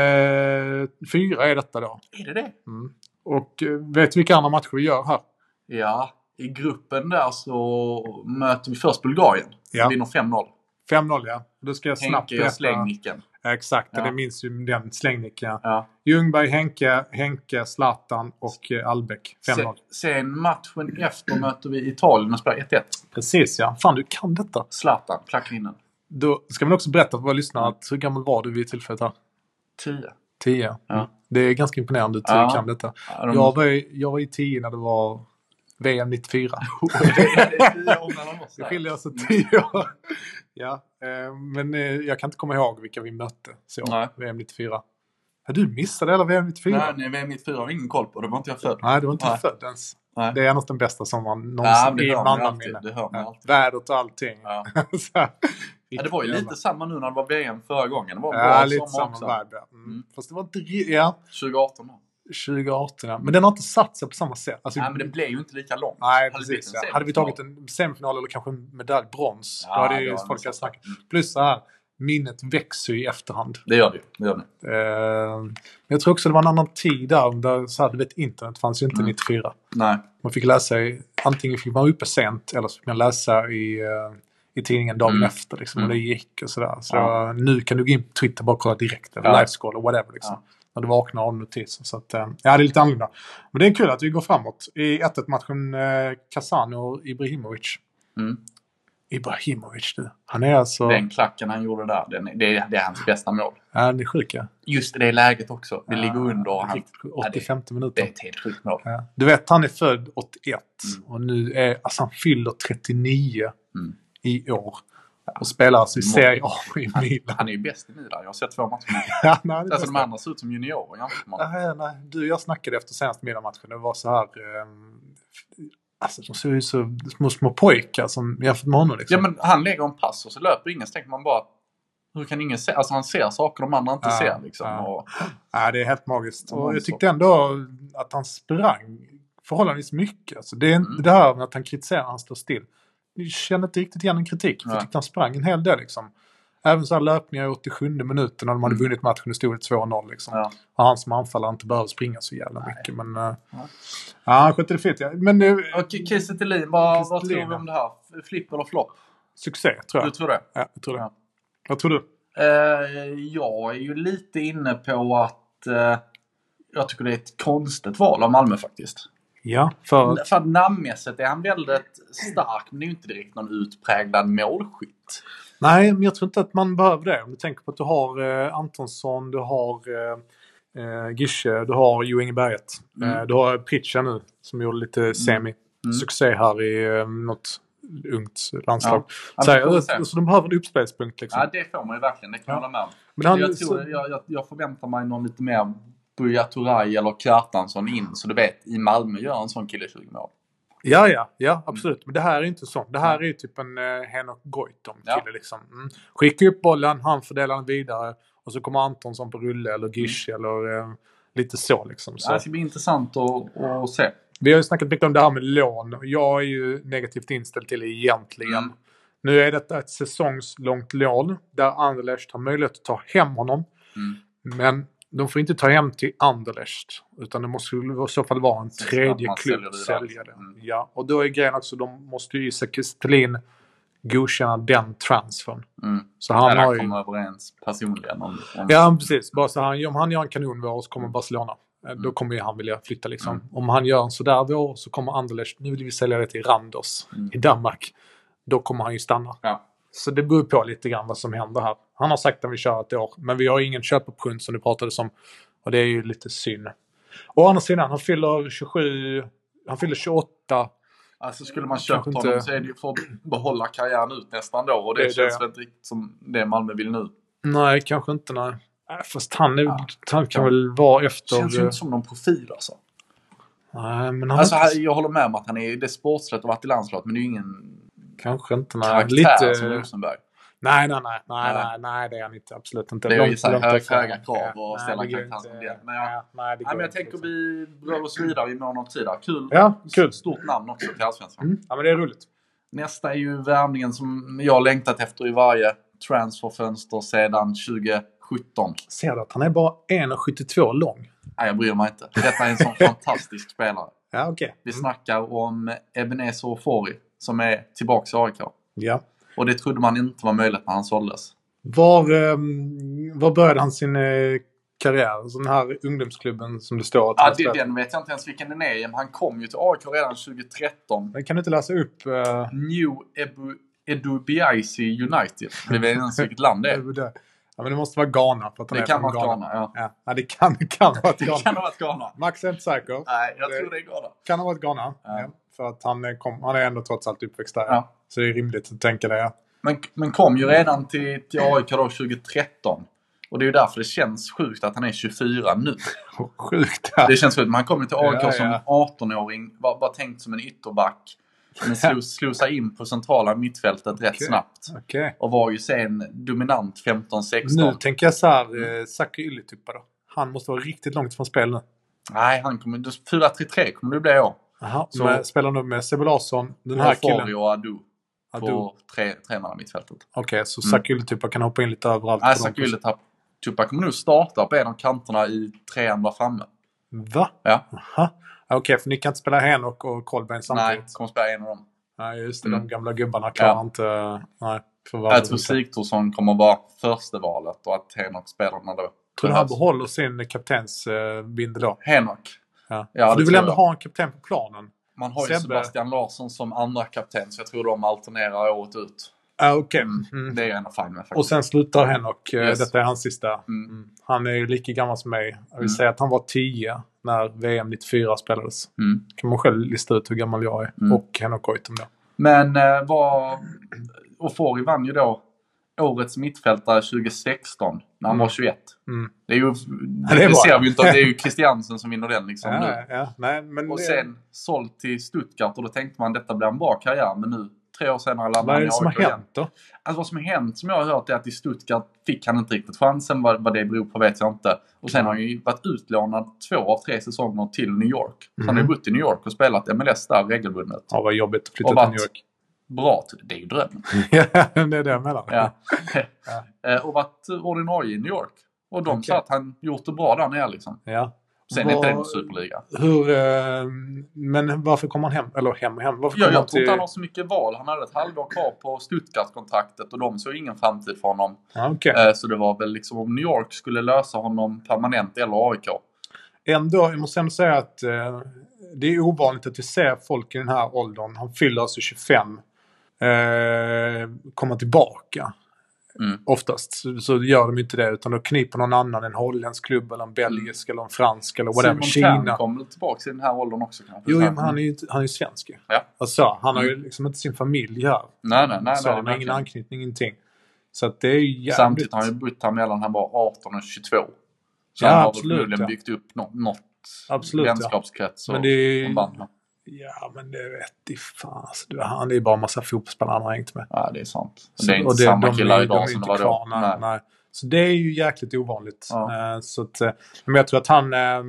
S1: är detta då.
S2: Är det det?
S1: Mm. Och eh, vet du vilka andra matcher vi gör här?
S2: Ja, i gruppen där så möter vi först Bulgarien.
S1: Ja.
S2: Vinner 5-0.
S1: 5-0 ja. Då ska jag snabbt
S2: Henke gör
S1: berätta.
S2: slängnicken.
S1: Exakt,
S2: Ja.
S1: det minns ju den slängnicken.
S2: Ja.
S1: Ljungberg, Henke, Henke, Zlatan och eh, Albeck. 5-0.
S2: Sen, sen matchen efter möter vi Italien och spelar 1-1.
S1: Precis ja. Fan, du kan detta.
S2: Zlatan, klacklinnen.
S1: Då ska man också berätta för våra lyssnare att hur gammal var du vid tillfället här?
S2: 10.
S1: 10.
S2: Ja.
S1: Det är ganska imponerande att du
S2: Ja.
S1: kan detta.
S2: Ja, de-
S1: Jag var, i- jag var i 10 när det var VM
S2: *laughs*
S1: 94.
S2: *laughs* det är 10 år mellan oss
S1: Det
S2: där.
S1: skiljer alltså 10 år. Ja, eh, men eh, jag kan inte komma ihåg vilka vi mötte. Så,
S2: Nej.
S1: VM 94. Ja, du missade hela VM 94.
S2: Nej,
S1: Nej,
S2: nej, VM 94 har vi ingen koll på. Det var inte jag född.
S1: du var inte
S2: Nej.
S1: född ens.
S2: Nej.
S1: Det är något av den bästa som man
S2: Ja,
S1: någonsin
S2: det
S1: i
S2: hör man alltid.
S1: mannaminne.
S2: Det hör man
S1: Ja,
S2: alltid.
S1: Vädret och allting.
S2: Ja.
S1: *laughs* Så här,
S2: Ja, det var ju lite samma nu när det var VM förra gången. Det var en
S1: Ja,
S2: bra
S1: lite
S2: sommar
S1: samma
S2: också.
S1: vibe. ja. Mm.
S2: Mm.
S1: Fast det var inte ri- ja,
S2: 2018 då.
S1: Typ- 2018. ja. Men den har inte satt sig på samma sätt. Alltså,
S2: Nej, men det blev ju inte lika långt.
S1: Nej,
S2: Hade det
S1: precis.
S2: blivit en
S1: Ja. Hade vi
S2: semifinal?
S1: tagit en semifinal eller kanske en medalj, brons,
S2: Ja,
S1: då hade
S2: det
S1: ju
S2: var
S1: folk
S2: nog
S1: jag
S2: så.
S1: snacka. Plus så här, minnet växer ju i efterhand.
S2: Det gör det ju. Det gör det.
S1: Eh, men jag tror också det var en annan tid där, där så här, du vet, internet fanns ju inte
S2: Mm.
S1: 94.
S2: Nej.
S1: Man fick läsa, i, antingen fick man vara uppe sent eller så fick man läsa i, eh, i tidningen dagen
S2: Mm.
S1: efter. Liksom, och det
S2: Mm.
S1: gick och sådär. Så
S2: Ja.
S1: nu kan du gå in på Twitter och bara kolla direkt, eller
S2: Ja.
S1: livescore eller whatever. Liksom. När du vaknar av notiser. Så att, eh, ja, det är lite annorlunda. Men det är kul att vi går framåt. I 1-1-matchen eh, Kazan och Ibrahimovic.
S2: Mm.
S1: Ibrahimovic du. Han är alltså...
S2: Den klacken han gjorde där, den, är- det, är, det är hans bästa mål.
S1: Ja, han är sjuk ja.
S2: Just i det läget också. Vi
S1: Ja,
S2: ligger under och han...
S1: riktigt sjuk. 85
S2: Det
S1: minuter.
S2: är ett helt sjukt mål.
S1: Ja. Du vet, han är född 81
S2: Mm.
S1: och nu är, alltså han fyller 39
S2: Mm.
S1: i år. Och spelar alltså i
S2: Må-
S1: Serie A i Milan. *laughs*
S2: Han är ju bäst i Milan. Jag har sett två matcher med honom.
S1: Ja, nej, det är
S2: Alltså de
S1: nästan-
S2: andra ser ut som juniorer jämfört med honom.
S1: nej, nej, du och jag snackade efter senaste Milan-matchen. Det var så här... ehm, alltså de ser ju så små, små pojkar som jämfört med honom. Liksom.
S2: Ja, men han lägger en pass och så löper ingen. Så tänker man bara... Hur kan ingen se? Alltså han ser saker de andra inte
S1: Ja,
S2: ser liksom.
S1: ja.
S2: Och,
S1: Ja, det är helt magiskt. Och jag
S2: Monster.
S1: tyckte ändå att han sprang förhållandevis mycket. Alltså det, är inte
S2: Mm.
S1: det här med att han kritiserar han står still. Jag känner inte riktigt igen en kritik, för jag
S2: Nej.
S1: tyckte han sprang en hel del. Liksom. Även så här löpningar i 87 minuten när de hade
S2: Mm.
S1: vunnit matchen och stod det 2-0. Liksom.
S2: ja.
S1: Och han som anfallare inte behöver springa så jävla mycket. Men, eh,
S2: Nej.
S1: ja, han skötte det fint. Ja. Men nu,
S2: Och Kiese Thelin, vad,
S1: Kiese
S2: vad tror
S1: Thelin,
S2: vi om det här? Flipp eller flopp?
S1: succé tror
S2: Du
S1: jag.
S2: tror det?
S1: Ja, jag tror det.
S2: Ja.
S1: Vad tror du?
S2: Eh, jag är ju lite inne på att eh, jag tycker det är ett konstigt val av Malmö faktiskt.
S1: Ja, för...
S2: För att namnmässigt är han väldigt stark, men det är ju inte direkt någon utpräglad målskytt.
S1: Nej, men jag tror inte att man behöver det. Om du tänker på att du har eh, Antonsson, du har eh, eh, Gische, du har Jo Inge Berget.
S2: Mm.
S1: Eh, du har Pritcha nu som gjorde lite semi-succé här i eh, något ungt landslag.
S2: Ja,
S1: så,
S2: men det får vi
S1: här,
S2: se.
S1: så de behöver en uppspelspunkt liksom.
S2: Ja, det får man ju verkligen. Det kan jag hålla med om.
S1: men han,
S2: jag,
S1: så,
S2: tror, jag, jag, jag förväntar mig någon lite mer Buya Turay eller Kjartansson in, så du vet, i Malmö gör en sån kille 20 mål.
S1: ja, ja,
S2: Mm.
S1: ja, absolut. Men det här är inte sånt. Det här är ju typ en eh, Henok Goitom-kille
S2: Ja.
S1: liksom. Mm. Skicka upp bollen, han fördelar den vidare och så kommer Antonsson på rulle eller Gische eller eh, lite så liksom. Så.
S2: Mm. Ja, Det ska bli intressant att, att se.
S1: Vi har ju snackat mycket om det här med lån. Jag är ju negativt inställd till det egentligen.
S2: Mm.
S1: Nu är detta ett säsongslångt lån där Anderlecht har möjlighet att ta hem honom.
S2: Mm.
S1: Men de får inte ta hem till Anderlecht. Utan det måste ju i så fall vara en
S2: Så
S1: tredje
S2: man säljer
S1: klubb
S2: vidare.
S1: säljare.
S2: Mm.
S1: Ja, och då är grejen också de måste ju Isak Kristelin godkänna den transfern.
S2: Mm.
S1: Så han
S2: Där
S1: har
S2: han
S1: ju...
S2: kommer överens personligen om, om
S1: Ja, men precis. Bara så han, om han gör en kanonvår så kommer Barcelona. Eh, Då
S2: Mm.
S1: kommer ju han vilja flytta liksom.
S2: Mm.
S1: Om han gör en sådär vår så kommer Anderlecht, nu vill vi sälja det till Randers
S2: Mm.
S1: i Danmark. Då kommer han ju stanna.
S2: Ja.
S1: Så det beror på lite grann vad som händer här. Han har sagt att vi kör ett år, men vi har ingen köpoption som du pratade om. Och det är ju lite synd. Å andra sidan, han fyller 27, han fyller 28
S2: Alltså skulle man köpt honom inte... så är det ju för att behålla karriären ut nästan då och det, det känns väl inte riktigt som det Malmö vill nu.
S1: Nej, kanske inte nej. Äh, Fast han, är, ja. han kan väl vara efter...
S2: Känns ju inte som någon profil alltså.
S1: Nej, men
S2: han alltså, inte... Jag håller med om att han är det är sportsligt och varit i landslaget men det är ju ingen
S1: Kanske inte.
S2: Nej. Lite... som Rosenberg.
S1: Nej, nej, nej, nej, nej, nej, det är han inte. Absolut inte.
S2: Det är ju så här höga krav och ställa karaktär Men jag, ja, nej, nej, men jag tänker Mm. vi rör oss vidare i mån av tid. Kul,
S1: liksom. ja, kul.
S2: Stort namn också till Allsvenskan. Mm.
S1: Ja, men det är roligt.
S2: Nästa är ju värvningen som jag längtat efter i varje transferfönster sedan 2017.
S1: Ser du att han är bara 1,72 lång?
S2: Nej, jag bryr mig inte. Detta är en *laughs* sån fantastisk spelare.
S1: Ja, okay.
S2: Vi snackar om Ebenezer Ofori som är tillbaka i AIK.
S1: Mm, Ja.
S2: Och det trodde man inte var möjligt när han såldes.
S1: Var, ehm, var började han sin eh, karriär? Så den här ungdomsklubben som det står att
S2: ja, det, Den vet jag inte ens vilken den är i. Han kom ju till AIK redan 2013.
S1: Men kan du inte läsa upp? Uh...
S2: New Ebu, Edubiaisi United. Det vet inte ens vilket land *laughs* det
S1: är. Ja, men det måste vara Ghana. För att
S2: det kan vara Ghana. Ghana ja.
S1: Ja. ja. det kan, *laughs* kan vara
S2: Ghana. det kan ha varit Ghana.
S1: Max är inte säker.
S2: Nej, jag tror det är Ghana.
S1: Kan ha varit Ghana. Ja. För att han, kom, han är ändå trots allt uppväxt där. Så det är rimligt att tänka det.
S2: Men, men kom ju redan till, till AIK då 2013. Och det är ju därför det känns sjukt att han är 24 nu.
S1: sjukt
S2: Det känns sjukt. Men han kom ju till AIK som 18-åring. Var, var tänkt som en ytterback.
S1: *laughs*
S2: Men slos, slosade in på centrala mittfältet okay. rätt snabbt.
S1: Okay.
S2: Och var ju sen dominant 15-16.
S1: Nu tänker jag så här, eh, Saki Ylätuppa då. Han måste vara riktigt långt från spel nu.
S2: Nej, han kommer... 4-3-3 kommer det bli i år.
S1: Aha, så med, spelar nu med Sebbe Larsson, den här killen.
S2: och Adu. Adu. På tre, tremanna mittfältet.
S1: Okej, okay, så Saki mm. Ylätuppa kan hoppa in lite överallt?
S2: Nej, Saki Ylätuppa kommer nog starta på en av kanterna i trean där framme.
S1: Va?
S2: Ja.
S1: Aha. Okej, okay, för ni kan inte spela Henok och Kolbeinn samtidigt?
S2: Nej, kommer spela en av dem.
S1: Nej, just det. Mm. De gamla gubbarna klarar ja. inte... Nej,
S2: jag tror Sigthorsson kommer vara första valet och att Henok spelar när det
S1: Tror du han behåller sin kaptensbindel då?
S2: Henok?
S1: Ja. ja du vill ändå jag. ha en kapten på planen?
S2: Man har ju Sebbe. Sebastian Larsson som andra kapten så jag tror de alternerar året ut.
S1: Ah, okay.
S2: Mm. Det är jag ändå fine med faktiskt.
S1: Och sen slutar Henok. Yes. Detta är hans sista. Mm. Han är ju lika gammal som mig. Jag vill mm. säga att han var 10 när VM 94 spelades.
S2: Mm.
S1: kan man själv lista ut hur gammal jag är. Mm. Och Henok Goitom då.
S2: Men eh, vad... Ofori vann ju då årets mittfältare 2016 när
S1: Mm.
S2: han var 21. Det,
S1: *laughs*
S2: är ju, det, det, är det ser vi inte. Det är ju Christiansen som vinner den liksom
S1: ja,
S2: nu.
S1: Ja, nej, men
S2: och det... sen såld till Stuttgart och då tänkte man detta blir en bra karriär. Men nu tre år senare landade han i AIK
S1: Vad är det som har hänt då?
S2: Alltså vad som har hänt som jag har hört är att i Stuttgart fick han inte riktigt chansen. Vad, vad det beror på vet jag inte. Och sen har han ju varit utlånad två av tre säsonger till New York. Så mm. han har bott i New York och spelat MLS där regelbundet.
S1: Mhm. Ja, vad jobbigt att flytta till New York. *laughs*
S2: Bra, det är ju drömmen.
S1: ja, det är det jag menar.
S2: Ja. ja. och varit ordinarie i New York. Och de okay. sa att han gjort det bra där nere liksom.
S1: Ja.
S2: Sen var, är inte det någon superliga.
S1: Hur, eh, men varför kom han hem? Eller hem och hem? Varför
S2: ja,
S1: kom
S2: jag tror inte han har så mycket val. Han hade ett halvår kvar på Stuttgart-kontraktet och de såg ingen framtid för honom.
S1: Ah,
S2: *laughs*
S1: okay.
S2: Så det var väl liksom om New York skulle lösa honom permanent eller AIK.
S1: Ändå, jag måste ändå säga att eh, det är ovanligt att vi ser folk i den här åldern, han fyller alltså 25, komma tillbaka.
S2: Mm.
S1: Oftast så gör de inte det utan då kniper någon annan, en holländsk klubb eller en belgisk mm. eller en fransk eller whatever. Simon Kina. Simon
S2: kom tillbaka i den här åldern också kanske?
S1: Jo, men han är ju, han är ju svensk ju.
S2: Ja. Mm.
S1: Alltså, han har ju liksom inte sin familj här.
S2: Nej, nej, nej.
S1: Så han har
S2: nej,
S1: ingen verkligen. anknytning, ingenting. Så att det är jävligt...
S2: Samtidigt har han ju bott här mellan han var 18 och 22. Så
S1: ja,
S2: han har
S1: absolut,
S2: förmodligen
S1: ja.
S2: byggt upp något, något
S1: absolut,
S2: vänskapskrets
S1: ja.
S2: och,
S1: men det...
S2: och band.
S1: Ja, men det vet i fan. Alltså, han är bara en massa fotbollsspelare han har hängt med.
S2: Ja, det är sant. Så, det är inte det, samma de, killar idag de, de som det var då.
S1: Nej. nej. Så det är ju jäkligt ovanligt. Ja. Uh, så att, men jag tror att han... Uh,